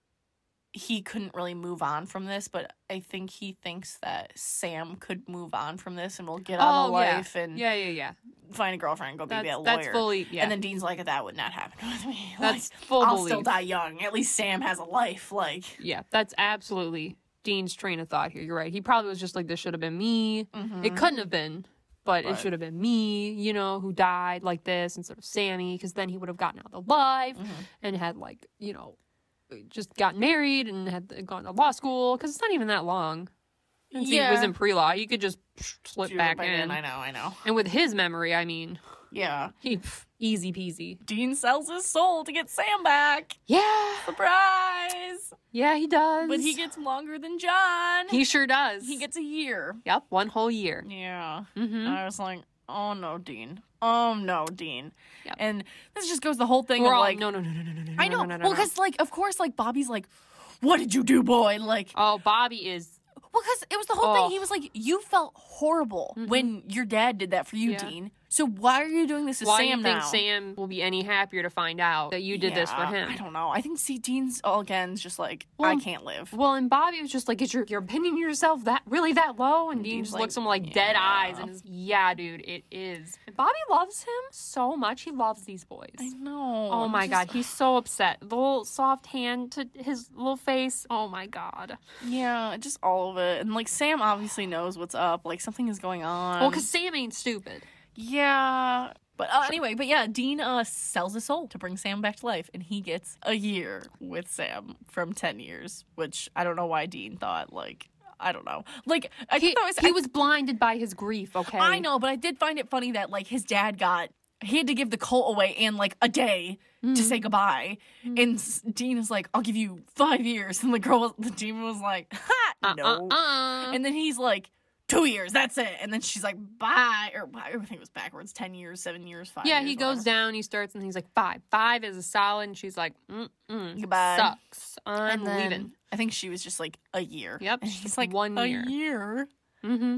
A: he couldn't really move on from this, but I think he thinks that Sam could move on from this and will get on
B: Oh,
A: a
B: yeah.
A: life and
B: Yeah, yeah, yeah.
A: find a girlfriend and go
B: That's,
A: be a lawyer.
B: that's fully, yeah.
A: And then Dean's like, that would not happen with
B: (laughs)
A: me. (laughs)
B: that's
A: like,
B: full
A: I'll
B: belief.
A: still die young. At least Sam has a life. Like,
B: Yeah, that's absolutely Dean's train of thought here. You're right. He probably was just like, this should have been me. It
A: mhm.
B: couldn't have been, but it
A: Right.
B: should have been me, you know, who died like this instead of Sammy, because then he would have gotten out alive
A: Mhm.
B: and had, like, you know, just gotten married and had gone to law school, because it's not even that long. Since he was
A: Yeah.
B: in pre law, you could just psh, slip
A: Shoot,
B: back
A: if I did,
B: in.
A: I know, I know.
B: And with his memory, I mean,
A: Yeah.
B: he pff, easy peasy.
A: Dean sells his soul to get Sam back.
B: Yeah,
A: Surprise!
B: yeah, he does.
A: But he gets longer than John.
B: he sure does.
A: He gets a year.
B: yep, one whole year.
A: Yeah.
B: hmm
A: I was like, oh no, Dean. Oh no, Dean.
B: Yep.
A: And this just goes the whole thing
B: We're
A: of
B: all
A: like,
B: like, no, no, no, no, no, no, no.
A: I know.
B: no, no, no,
A: well,
B: no.
A: because like, of course, like Bobby's like, what did you do, boy? Like,
B: oh, Bobby is
A: well, because it was the whole
B: Oh.
A: thing. He was like, you felt horrible
B: Mhm.
A: when your dad did that for you,
B: Yeah.
A: Dean. So why are you doing this to
B: Why
A: Sam
B: do you think
A: now?
B: Sam will be any happier to find out that you did this for
A: Yeah,
B: him?
A: I don't know. I think see, Dean's all again is just like, I
B: Well,
A: can't live.
B: Well, and Bobby was just like, "Is your your opinion of yourself that really that low?" And Dean
A: Dean's
B: just
A: like,
B: looks at him like dead
A: "Yeah."
B: eyes, and is, yeah, dude, it is. And Bobby loves him so much; he loves these boys.
A: I know.
B: Oh
A: I'm
B: my
A: just-
B: god, he's so upset. The little soft hand to his little face. Oh my god.
A: Yeah, just all of it. And like Sam obviously knows what's up. Like something is going on.
B: well, because Sam ain't stupid.
A: yeah. But uh, anyway, but yeah, Dean uh, sells his soul to bring Sam back to life, and he gets a year with Sam from ten years, which I don't know why Dean thought like I don't know. Like I
B: He,
A: think that was,
B: he
A: I,
B: was blinded by his grief. Okay,
A: I know, but I did find it funny that like his dad got he had to give the colt away in like a day
B: Mm-hmm.
A: to
B: Mm.
A: say goodbye, and s- Dean is like, "I'll give you five years," and the girl, (laughs) the demon was like, "Ha, no."
B: Uh, uh, uh.
A: And then he's like, two years, that's it. And then she's like, bye. Or I think it was backwards 10 years, seven years, five
B: Yeah,
A: years,
B: he goes
A: whatever.
B: down, he starts, and he's like, five. Five is a solid. And she's like, mm-mm.
A: Goodbye.
B: Sucks. I'm
A: And then
B: leaving.
A: I think she was just like, a year.
B: Yep,
A: And
B: she's
A: he's
B: like,
A: like,
B: "One
A: a
B: year."
A: year.
B: Mm-hmm.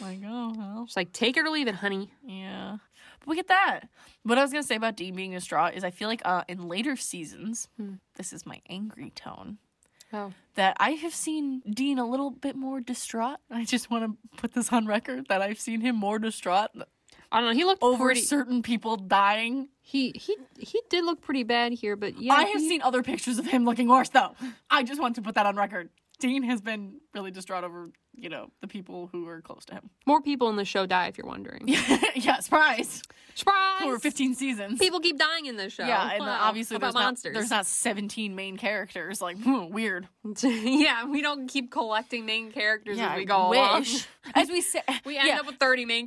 A: Like, oh, well.
B: She's like, take it or leave it, honey.
A: Yeah. But we get that. What I was going to say about Dean being a straw is I feel like uh, in later seasons,
B: Hmm.
A: this is my angry tone.
B: Oh.
A: That I have seen Dean a little bit more distraught. (laughs) I just want to put this on record that I've seen him more distraught
B: I don't know. He looked
A: over
B: pretty.
A: certain people dying
B: He he he did look pretty bad here, but yeah,
A: I have
B: he-
A: seen other pictures of him looking worse, though. I just want to put that on record. Dean has been really distraught over, you know, the people who are close to him. (laughs)
B: More people in the show die, if you're wondering.
A: yeah, surprise.
B: Surprise!
A: Over 15 seasons.
B: People keep dying in this show.
A: yeah, and
B: Wow.
A: obviously
B: How about
A: there's not,
B: monsters. (laughs)
A: there's not 17 main characters. Like, (laughs) hmm, weird.
B: yeah, we don't keep collecting main characters
A: Yeah,
B: as we
A: I
B: go along.
A: wish. As we say,
B: (laughs) We end
A: yeah,
B: up with 30 main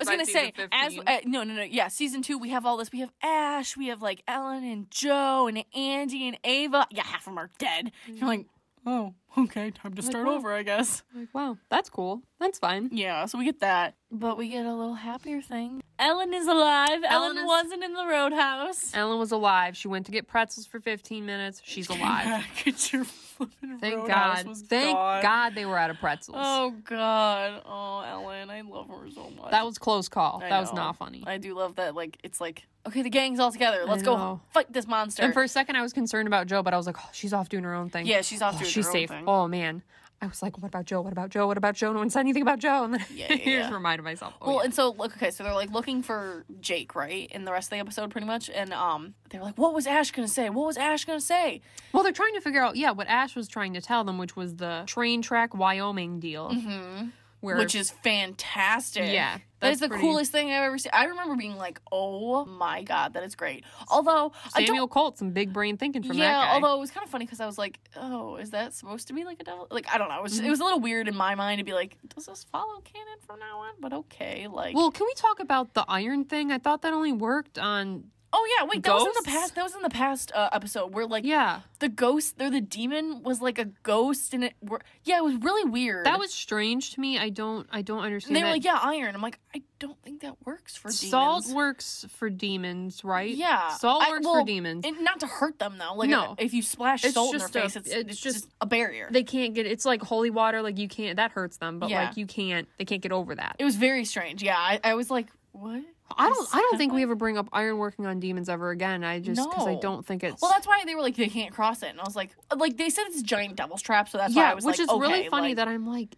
A: I was
B: by
A: gonna
B: season
A: say,
B: 15.
A: as uh, no, no, no, yeah. Season two, we have all this. We have Ash, we have like Ellen and Joe and Andy and Ava. Yeah, half of them are dead.
B: Mm-hmm.
A: You're like, oh, okay, time to start
B: wow.
A: over, I guess.
B: like, wow, that's cool. That's fine.
A: Yeah, so we get that, but we get a little happier thing. Ellen is alive. Ellen,
B: Ellen is-
A: wasn't in the roadhouse.
B: Ellen was alive. She went to get pretzels for 15 minutes.
A: (laughs)
B: She's alive.
A: Get your flipping
B: Thank
A: roadhouse
B: God.
A: was
B: Thank
A: gone.
B: God they were out of pretzels.
A: Oh
B: (laughs)
A: God. Oh Ellen, I love her so much.
B: That was close call.
A: I
B: that was
A: know.
B: not funny.
A: I do love that. Like it's like okay, the gang's all together. Let's go
B: know.
A: fight this monster.
B: and for a second, I was concerned about Joe, but I was like, oh, she's off doing her own thing.
A: yeah, she's off
B: Oh,
A: doing
B: she's
A: her
B: safe.
A: own thing.
B: Oh man, I was like, what about Joe? What about Joe? What about Joe? No one said anything about Joe. And then (laughs)
A: Yeah,
B: I
A: yeah, yeah.
B: just reminded myself. Oh,
A: well,
B: yeah.
A: and so look, okay, so they're like looking for Jake, right, in the rest of the episode, pretty much, and um, they're like, what was Ash gonna say? What was Ash gonna say?
B: well, they're trying to figure out, yeah, what Ash was trying to tell them, which was the train track Wyoming deal,
A: Hmm.
B: where
A: Which is fantastic.
B: Yeah,
A: that
B: that's
A: is the
B: pretty-
A: coolest thing I've ever seen. I remember being like, "Oh my god, that is great." Although I don't
B: Samuel Colt some big brain thinking from
A: yeah,
B: that guy.
A: although it was kind of funny because I was like, "Oh, is that supposed to be like a devil?" Like I don't know. It
B: Mm-hmm.
A: was, it was a little weird in my mind to be like, "Does this follow canon from now on?" But okay, like,
B: well, can we talk about the iron thing? I thought that only worked on
A: oh yeah, wait, that was in the
B: ghosts?
A: past. That was in the past uh, episode where like
B: yeah.
A: the ghost, or the demon was like a ghost, and it were, yeah, it was really weird.
B: That was strange to me. I don't I don't
A: And
B: understand.
A: they were
B: that.
A: like, "Yeah, iron." I'm like, I don't think that works for
B: Salt
A: demons.
B: works for demons, right?
A: Yeah,
B: Salt
A: I-
B: works
A: well,
B: for demons.
A: And not to hurt them though. Like
B: No.
A: if you splash
B: It's
A: salt in their
B: just a-
A: face, it's, it's,
B: it's
A: just,
B: just-
A: a barrier.
B: they can't get it's like holy water, like you can't that hurts them, but
A: Yeah.
B: like you can't they can't get over that.
A: it was very strange. Yeah, I, I was like, what?
B: I don't I don't think
A: Semi-
B: we ever bring up iron working on demons ever again. I just because I
A: No.
B: don't think it's
A: Well, that's why they were like they can't cross it, and I was like, like they said it's a giant devil's trap, so that's why
B: yeah,
A: I was
B: which
A: like,
B: is really
A: okay,
B: funny
A: like-
B: that I'm like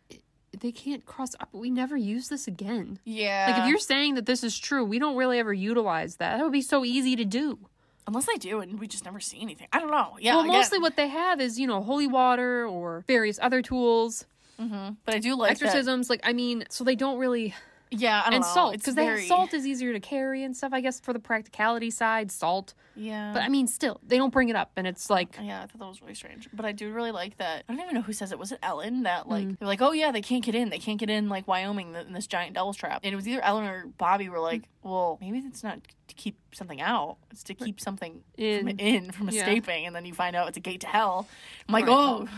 B: they can't cross up. We never use this again.
A: yeah,
B: Like if you're saying that this is true, we don't really ever utilize that. That would be so easy to do.
A: unless they do, and we just never see anything. I don't know. Yeah,
B: well,
A: again.
B: mostly what they have is you know holy water or various other tools,
A: Mhm. but I do like that-
B: exorcisms. Like I mean, so they don't really
A: Yeah, I don't
B: and
A: know.
B: salt
A: It's
B: because they
A: very-
B: have salt is easier to carry and stuff. I guess for the practicality side, salt.
A: Yeah,
B: But I mean, still they don't bring it up, and it's like
A: Yeah, I thought that was really strange. But I do really like that. I don't even know who says it. Was it Ellen that like
B: Mm.
A: they're like, oh yeah, they can't get in. They can't get in like Wyoming th- in this giant devil's trap. And it was either Ellen or Bobby were
B: Mm.
A: like, well, maybe it's not to keep something out. It's to keep something
B: in.
A: from, in from
B: Yeah.
A: escaping. And then you find out it's a gate to hell. I'm like,
B: Right.
A: oh,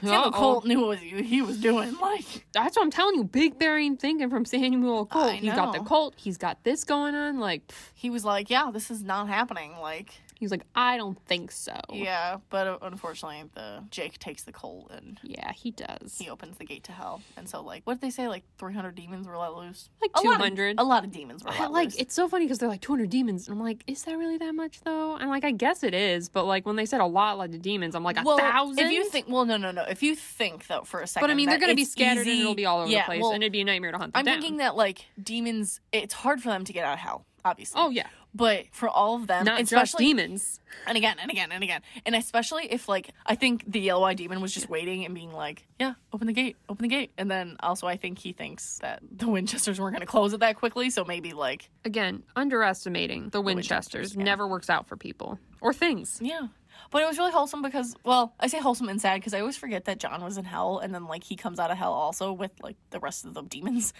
A: Samuel
B: Uh-oh.
A: Colt knew what he he was doing. (laughs) Like,
B: That's what I'm telling you. Big bearing thinking from Samuel Colt.
A: I
B: He's got the
A: know.
B: cult. He's got this going on. Like pff,
A: he was like, yeah, this is not happening. Like,
B: he's like, I don't think so.
A: Oh. yeah. But uh, unfortunately, the Jake takes the colt and
B: Yeah, he does.
A: he opens the gate to hell. And so, like, what did they say? Like, 300 demons were let loose?
B: Like
A: A lot of-
B: 200.
A: A lot of demons were
B: I,
A: let
B: like
A: loose.
B: it's so funny because they're like 200 demons, and I'm like, is that really that much though? And like, I guess it is, but like when they said a lot like the demons, I'm like a
A: well,
B: thousand.
A: If you think, well, no, no, no. If you think, though, for a second.
B: but I mean, they're
A: that
B: gonna be
A: it's
B: scattered and
A: easy-
B: it'll be all over
A: yeah,
B: the place,
A: well,
B: and it'd be a nightmare to hunt them
A: I'm
B: down.
A: thinking that, like, demons, it's hard for them to get out of hell, obviously.
B: oh yeah,
A: But for all of them,
B: not just
A: Um, especially.
B: demons.
A: and again, and again, and again. And especially if, like, I think the yellow eyed demon was just waiting and being like, yeah, open the gate, open the gate. And then also, I think he thinks that the Winchesters weren't going to close it that quickly. So maybe, like,
B: Again, underestimating the Winchesters,
A: Winchesters, yeah.
B: never works out for people or things.
A: Yeah. But it was really wholesome because, well, I say wholesome and sad because I always forget that John was in hell and then, like, he comes out of hell also with, like, the rest of the demons.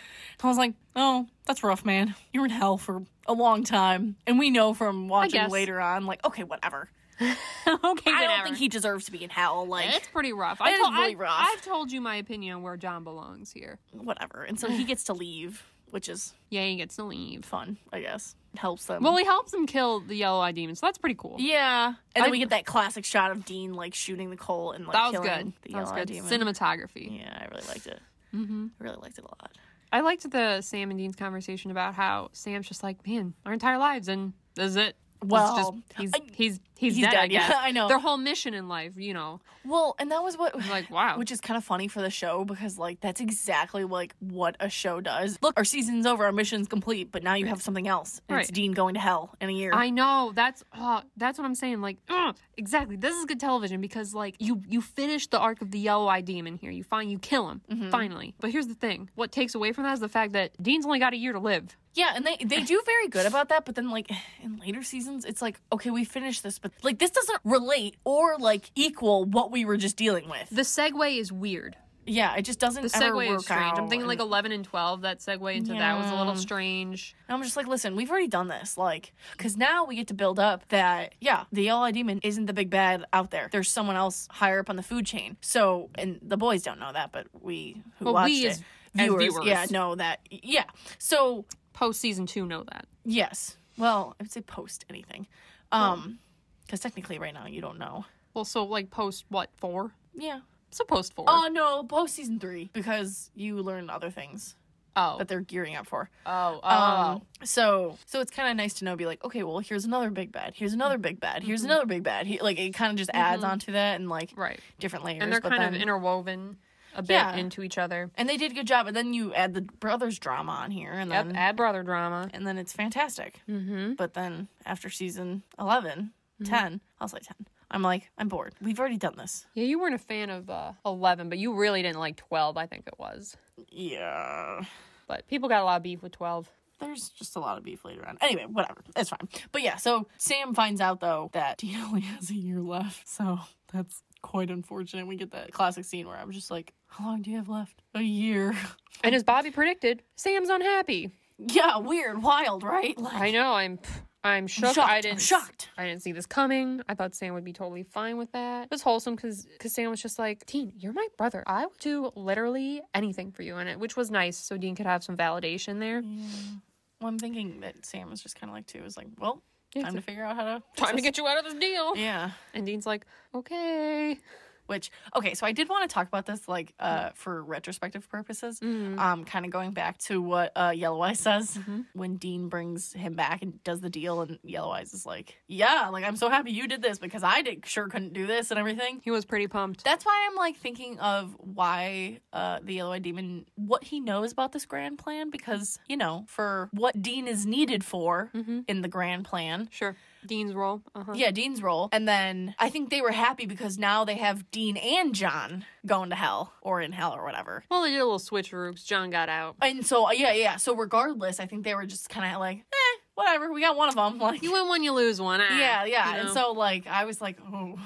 A: I was like, oh, that's rough, man. You were in hell for a long time. And we know from watching
B: guess.
A: later on, like, okay, whatever.
B: (laughs) okay,
A: I
B: whatever.
A: don't think he deserves to be in hell. Like,
B: It's pretty rough.
A: It
B: I
A: is
B: told,
A: really
B: I,
A: rough.
B: I've told you my opinion on where John belongs here.
A: whatever. And
B: (sighs)
A: so he gets to leave, which is
B: Yeah, he gets to leave.
A: fun, I guess. It helps them.
B: Well, he helps him kill the yellow eyed demon, so that's pretty cool.
A: yeah. And then
B: I-
A: we get that classic shot of Dean, like, shooting the coal and, like,
B: that was
A: killing
B: good.
A: the
B: That was
A: yellow-eyed
B: good.
A: demon.
B: Cinematography.
A: yeah, I really liked it.
B: hmm
A: I really liked it a lot.
B: I liked the Sam and Dean's conversation about how Sam's just like, man, our entire lives, and this is it.
A: Well,
B: he's
A: I-
B: just, he's, he's he's
A: he's
B: dead. I
A: dead, yeah,
B: guess.
A: (laughs) I know.
B: Their whole mission in life, you know,
A: well, and that was what
B: I'm like wow.
A: which is kind of funny for the show because like that's exactly like what a show does. Look, our season's over, our mission's complete, but now you have something else. And It's
B: Right.
A: Dean going to hell in a year.
B: I know that's oh, that's what I'm saying. Like ugh, exactly, this is good television because like you you finish the arc of the yellow eye demon here. You find you kill him
A: Mm-hmm.
B: finally. But here's the thing: what takes away from that is the fact that Dean's only got a year to live.
A: yeah, and they they do very
B: (laughs)
A: good about that, but then like in later seasons, it's like okay, we finished this, but like this doesn't relate or like equal what we were just dealing with.
B: The segue is weird.
A: Yeah, it just doesn't.
B: The
A: ever
B: segue
A: work
B: is strange. I'm
A: out,
B: thinking like
A: and-
B: 11 and 12. That segue into that was a little
A: Yeah.
B: strange.
A: And I'm just like, listen, we've already done this. Like, because now we get to build up that, yeah, the yellow Eye demon isn't the big bad out there. There's someone else higher up on the food chain. So, and the boys don't know that, but we who
B: Well,
A: watched
B: we
A: it,
B: as- as viewers.
A: yeah, know that. Yeah. So,
B: Post season two, know that.
A: yes. Well, I would say post anything. Um, because technically right now you don't know.
B: Well, so like post what four?
A: Yeah.
B: So post four.
A: Oh, no, post season three, because you learn other things
B: oh,
A: that they're gearing up for.
B: oh, oh,
A: Um, so so it's kind of nice to know, be like, okay, well, here's another big bad, here's another big bad, here's
B: Mm-hmm.
A: another big bad. He, like it kind of just adds
B: Mhm.
A: onto that and like
B: right.
A: different layers.
B: And they're
A: but
B: kind
A: then-
B: of interwoven a bit
A: Yeah.
B: into each other.
A: and they did a good job. And then you add the brothers drama on here, and
B: Yep,
A: then
B: add Um, brother drama.
A: and then it's fantastic.
B: Mm-hmm.
A: But then after season 11, 10, I'll say ten. I'm like, I'm bored. We've already done this.
B: Yeah, you weren't a fan of uh, 11, but you really didn't like 12, I think it was.
A: Yeah.
B: But people got a lot of beef with 12.
A: There's just a lot of beef later on. Anyway, whatever. It's fine. But yeah, so Sam finds out though that (laughs) he only has a year left. So that's quite unfortunate. We get that classic scene where I'm just like, how long do you have left? A year. (laughs)
B: And as Bobby predicted, Sam's unhappy.
A: Yeah, weird, wild, right? Like,
B: I know, I'm I'm shook.
A: shocked.
B: I
A: I'm
B: didn't
A: shocked.
B: I didn't see this coming. I thought Sam would be totally fine with that. It was wholesome because Sam was just like, Dean, you're my brother. I would do literally anything for you in it, which was nice. So Dean could have some validation there.
A: Well, I'm thinking that Sam was just kind of like, too, was like, well,
B: Yeah,
A: time
B: it's
A: to figure out how to.
B: Time to get you out of this deal.
A: (laughs) Yeah.
B: And Dean's like, okay.
A: Which, okay, so I did want to talk about this, like, uh, for retrospective purposes.
B: Mm.
A: um, kind of going back to what uh, Yellow Eyes says when Dean brings him back and does the deal, and Yellow Eyes is like, "Yeah, like I'm so happy you did this because I did sure couldn't do this and everything."
B: He was pretty pumped.
A: That's why I'm like thinking of why uh, the Yellow Eyed Demon, what he knows about this grand plan, because you know, for what Dean is needed for
B: Mhm.
A: in the grand plan.
B: Sure. Dean's role. Uh-huh.
A: Yeah, Dean's role. And then I think they were happy because now they have Dean and John going to hell or in hell or whatever.
B: Well, they did a little switcheroo 'cause John got out.
A: And so, uh, yeah, yeah. So, regardless, I think they were just kind of like, eh, whatever. We got one of them. (laughs) Like,
B: You win one, you lose one. Ah,
A: yeah, yeah.
B: you
A: And
B: know.
A: so, like, I was like, oh,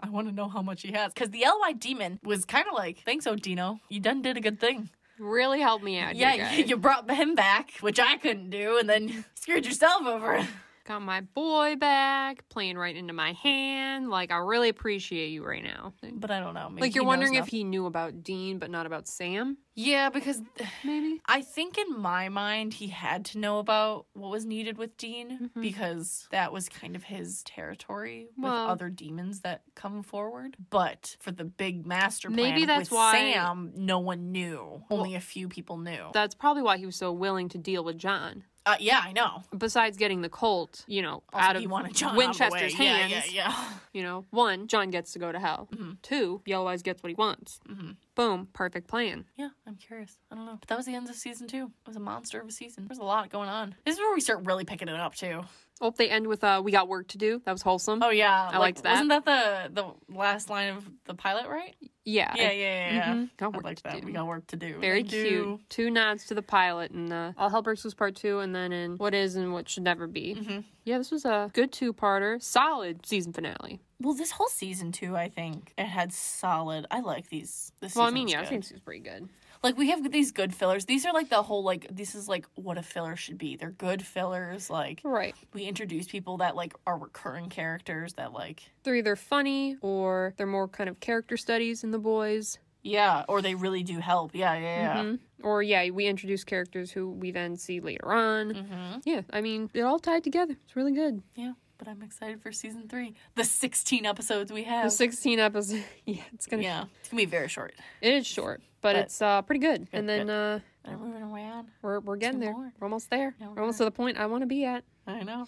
A: I want to know how much he has. Because the LY demon was kind of like, thanks, Odino. You done did a good thing.
B: really helped me out.
A: yeah,
B: you
A: (laughs)
B: guys.
A: you, you brought him back, which I couldn't do, and then (laughs) screwed yourself over. (laughs)
B: got my boy back, playing right into my hand. Like I really appreciate you right now.
A: But I don't know. Maybe
B: Like
A: he
B: you're
A: knows
B: wondering if
A: nothing.
B: he knew about Dean but not about Sam,
A: Yeah, because
B: maybe.
A: I think in my mind, he had to know about what was needed with Dean
B: Mm-hmm.
A: because that was kind of his territory with
B: Well-
A: other demons that come forward. But for the big master plan
B: Maybe that's
A: with
B: why-
A: Sam, no one knew. Only a few people knew.
B: That's probably why he was so willing to deal with John.
A: uh, yeah, I know.
B: Besides getting the Colt, you know,
A: Also,
B: out
A: he
B: of
A: wanted John out of the
B: Winchester's
A: way.
B: hands.
A: Yeah, yeah, (laughs)
B: You know, one, John gets to go to hell.
A: Mm-hmm.
B: Two, Yellow Eyes gets what he wants.
A: yeah. hmm
B: Boom, perfect plan.
A: Yeah, I'm curious. I don't know. But that was the end of season two. It was a monster of a season. There's a lot going on. This is where we start really picking it up, too.
B: Oh, they end with uh, "We got work to do." That was wholesome.
A: Oh, yeah. I
B: liked that.
A: Wasn't that the, the last line of the pilot, right?
B: yeah,
A: Yeah, yeah, yeah. yeah.
B: Mhm. Got
A: I
B: work
A: like
B: to
A: that.
B: do.
A: We got work to do.
B: Very
A: We
B: cute.
A: do.
B: Two nods to the pilot and uh, All Hell Breaks Loose Part 2 and then in What Is and What Should Never Be.
A: Mm-hmm.
B: Yeah, this was a good two-parter. Solid season finale.
A: Well, this whole season too, I think it had solid. I like these. This
B: Well, I
A: season
B: mean,
A: was
B: yeah, I
A: good.
B: think it was pretty good.
A: like we have these good fillers. These are like the whole like this is like what a filler should be. They're good fillers. Like
B: Right.
A: we introduce people that like are recurring characters that like
B: They're either funny or they're more kind of character studies in the boys.
A: yeah, or they really do help. Yeah, yeah, yeah.
B: Mhm. Or, yeah, we introduce characters who we then see later on.
A: Mm-hmm.
B: Yeah, I mean, it all tied together. It's really good.
A: Yeah, but I'm excited for season three. The 16 episodes we have.
B: The 16 episodes. (laughs) Yeah, it's going to
A: yeah, it's gonna be very short.
B: It is short, but,
A: But-
B: it's uh, pretty good. and then
A: good.
B: uh,
A: They're moving around.
B: we're, we're getting there.
A: more.
B: We're almost there.
A: Yeah, we
B: we're almost to the point I want to be at.
A: I know.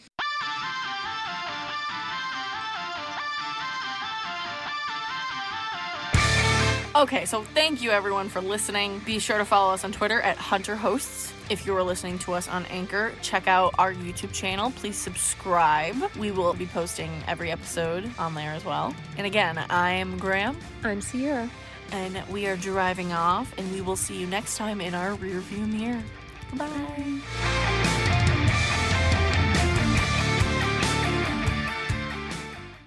A: Okay, so thank you everyone for listening. Be sure to follow us on Twitter at Hunter Hosts. If you are listening to us on Anchor, check out our YouTube channel. Please subscribe. We will be posting every episode on there as well. And again, I am Graham,
B: I'm Sierra.
A: and we are driving off, and we will see you next time in our rearview mirror. Bye.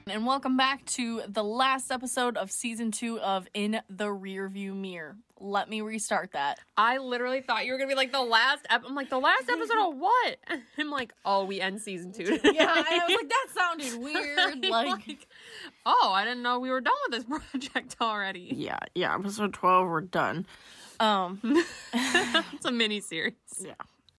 A: And welcome back to the last episode of season two of In the Rearview Mirror. Let me restart that.
B: I literally thought you were gonna be like the last. Ep- I'm like the last episode of what? (laughs) I'm like, oh, we end season two.
A: Yeah, I (laughs) was
B: (laughs)
A: like, that sounded weird. Like, (laughs)
B: oh, I didn't know we were done with this (laughs) project already.
A: yeah, yeah, episode 12, we're done. Um,
B: (laughs) it's a mini series.
A: yeah.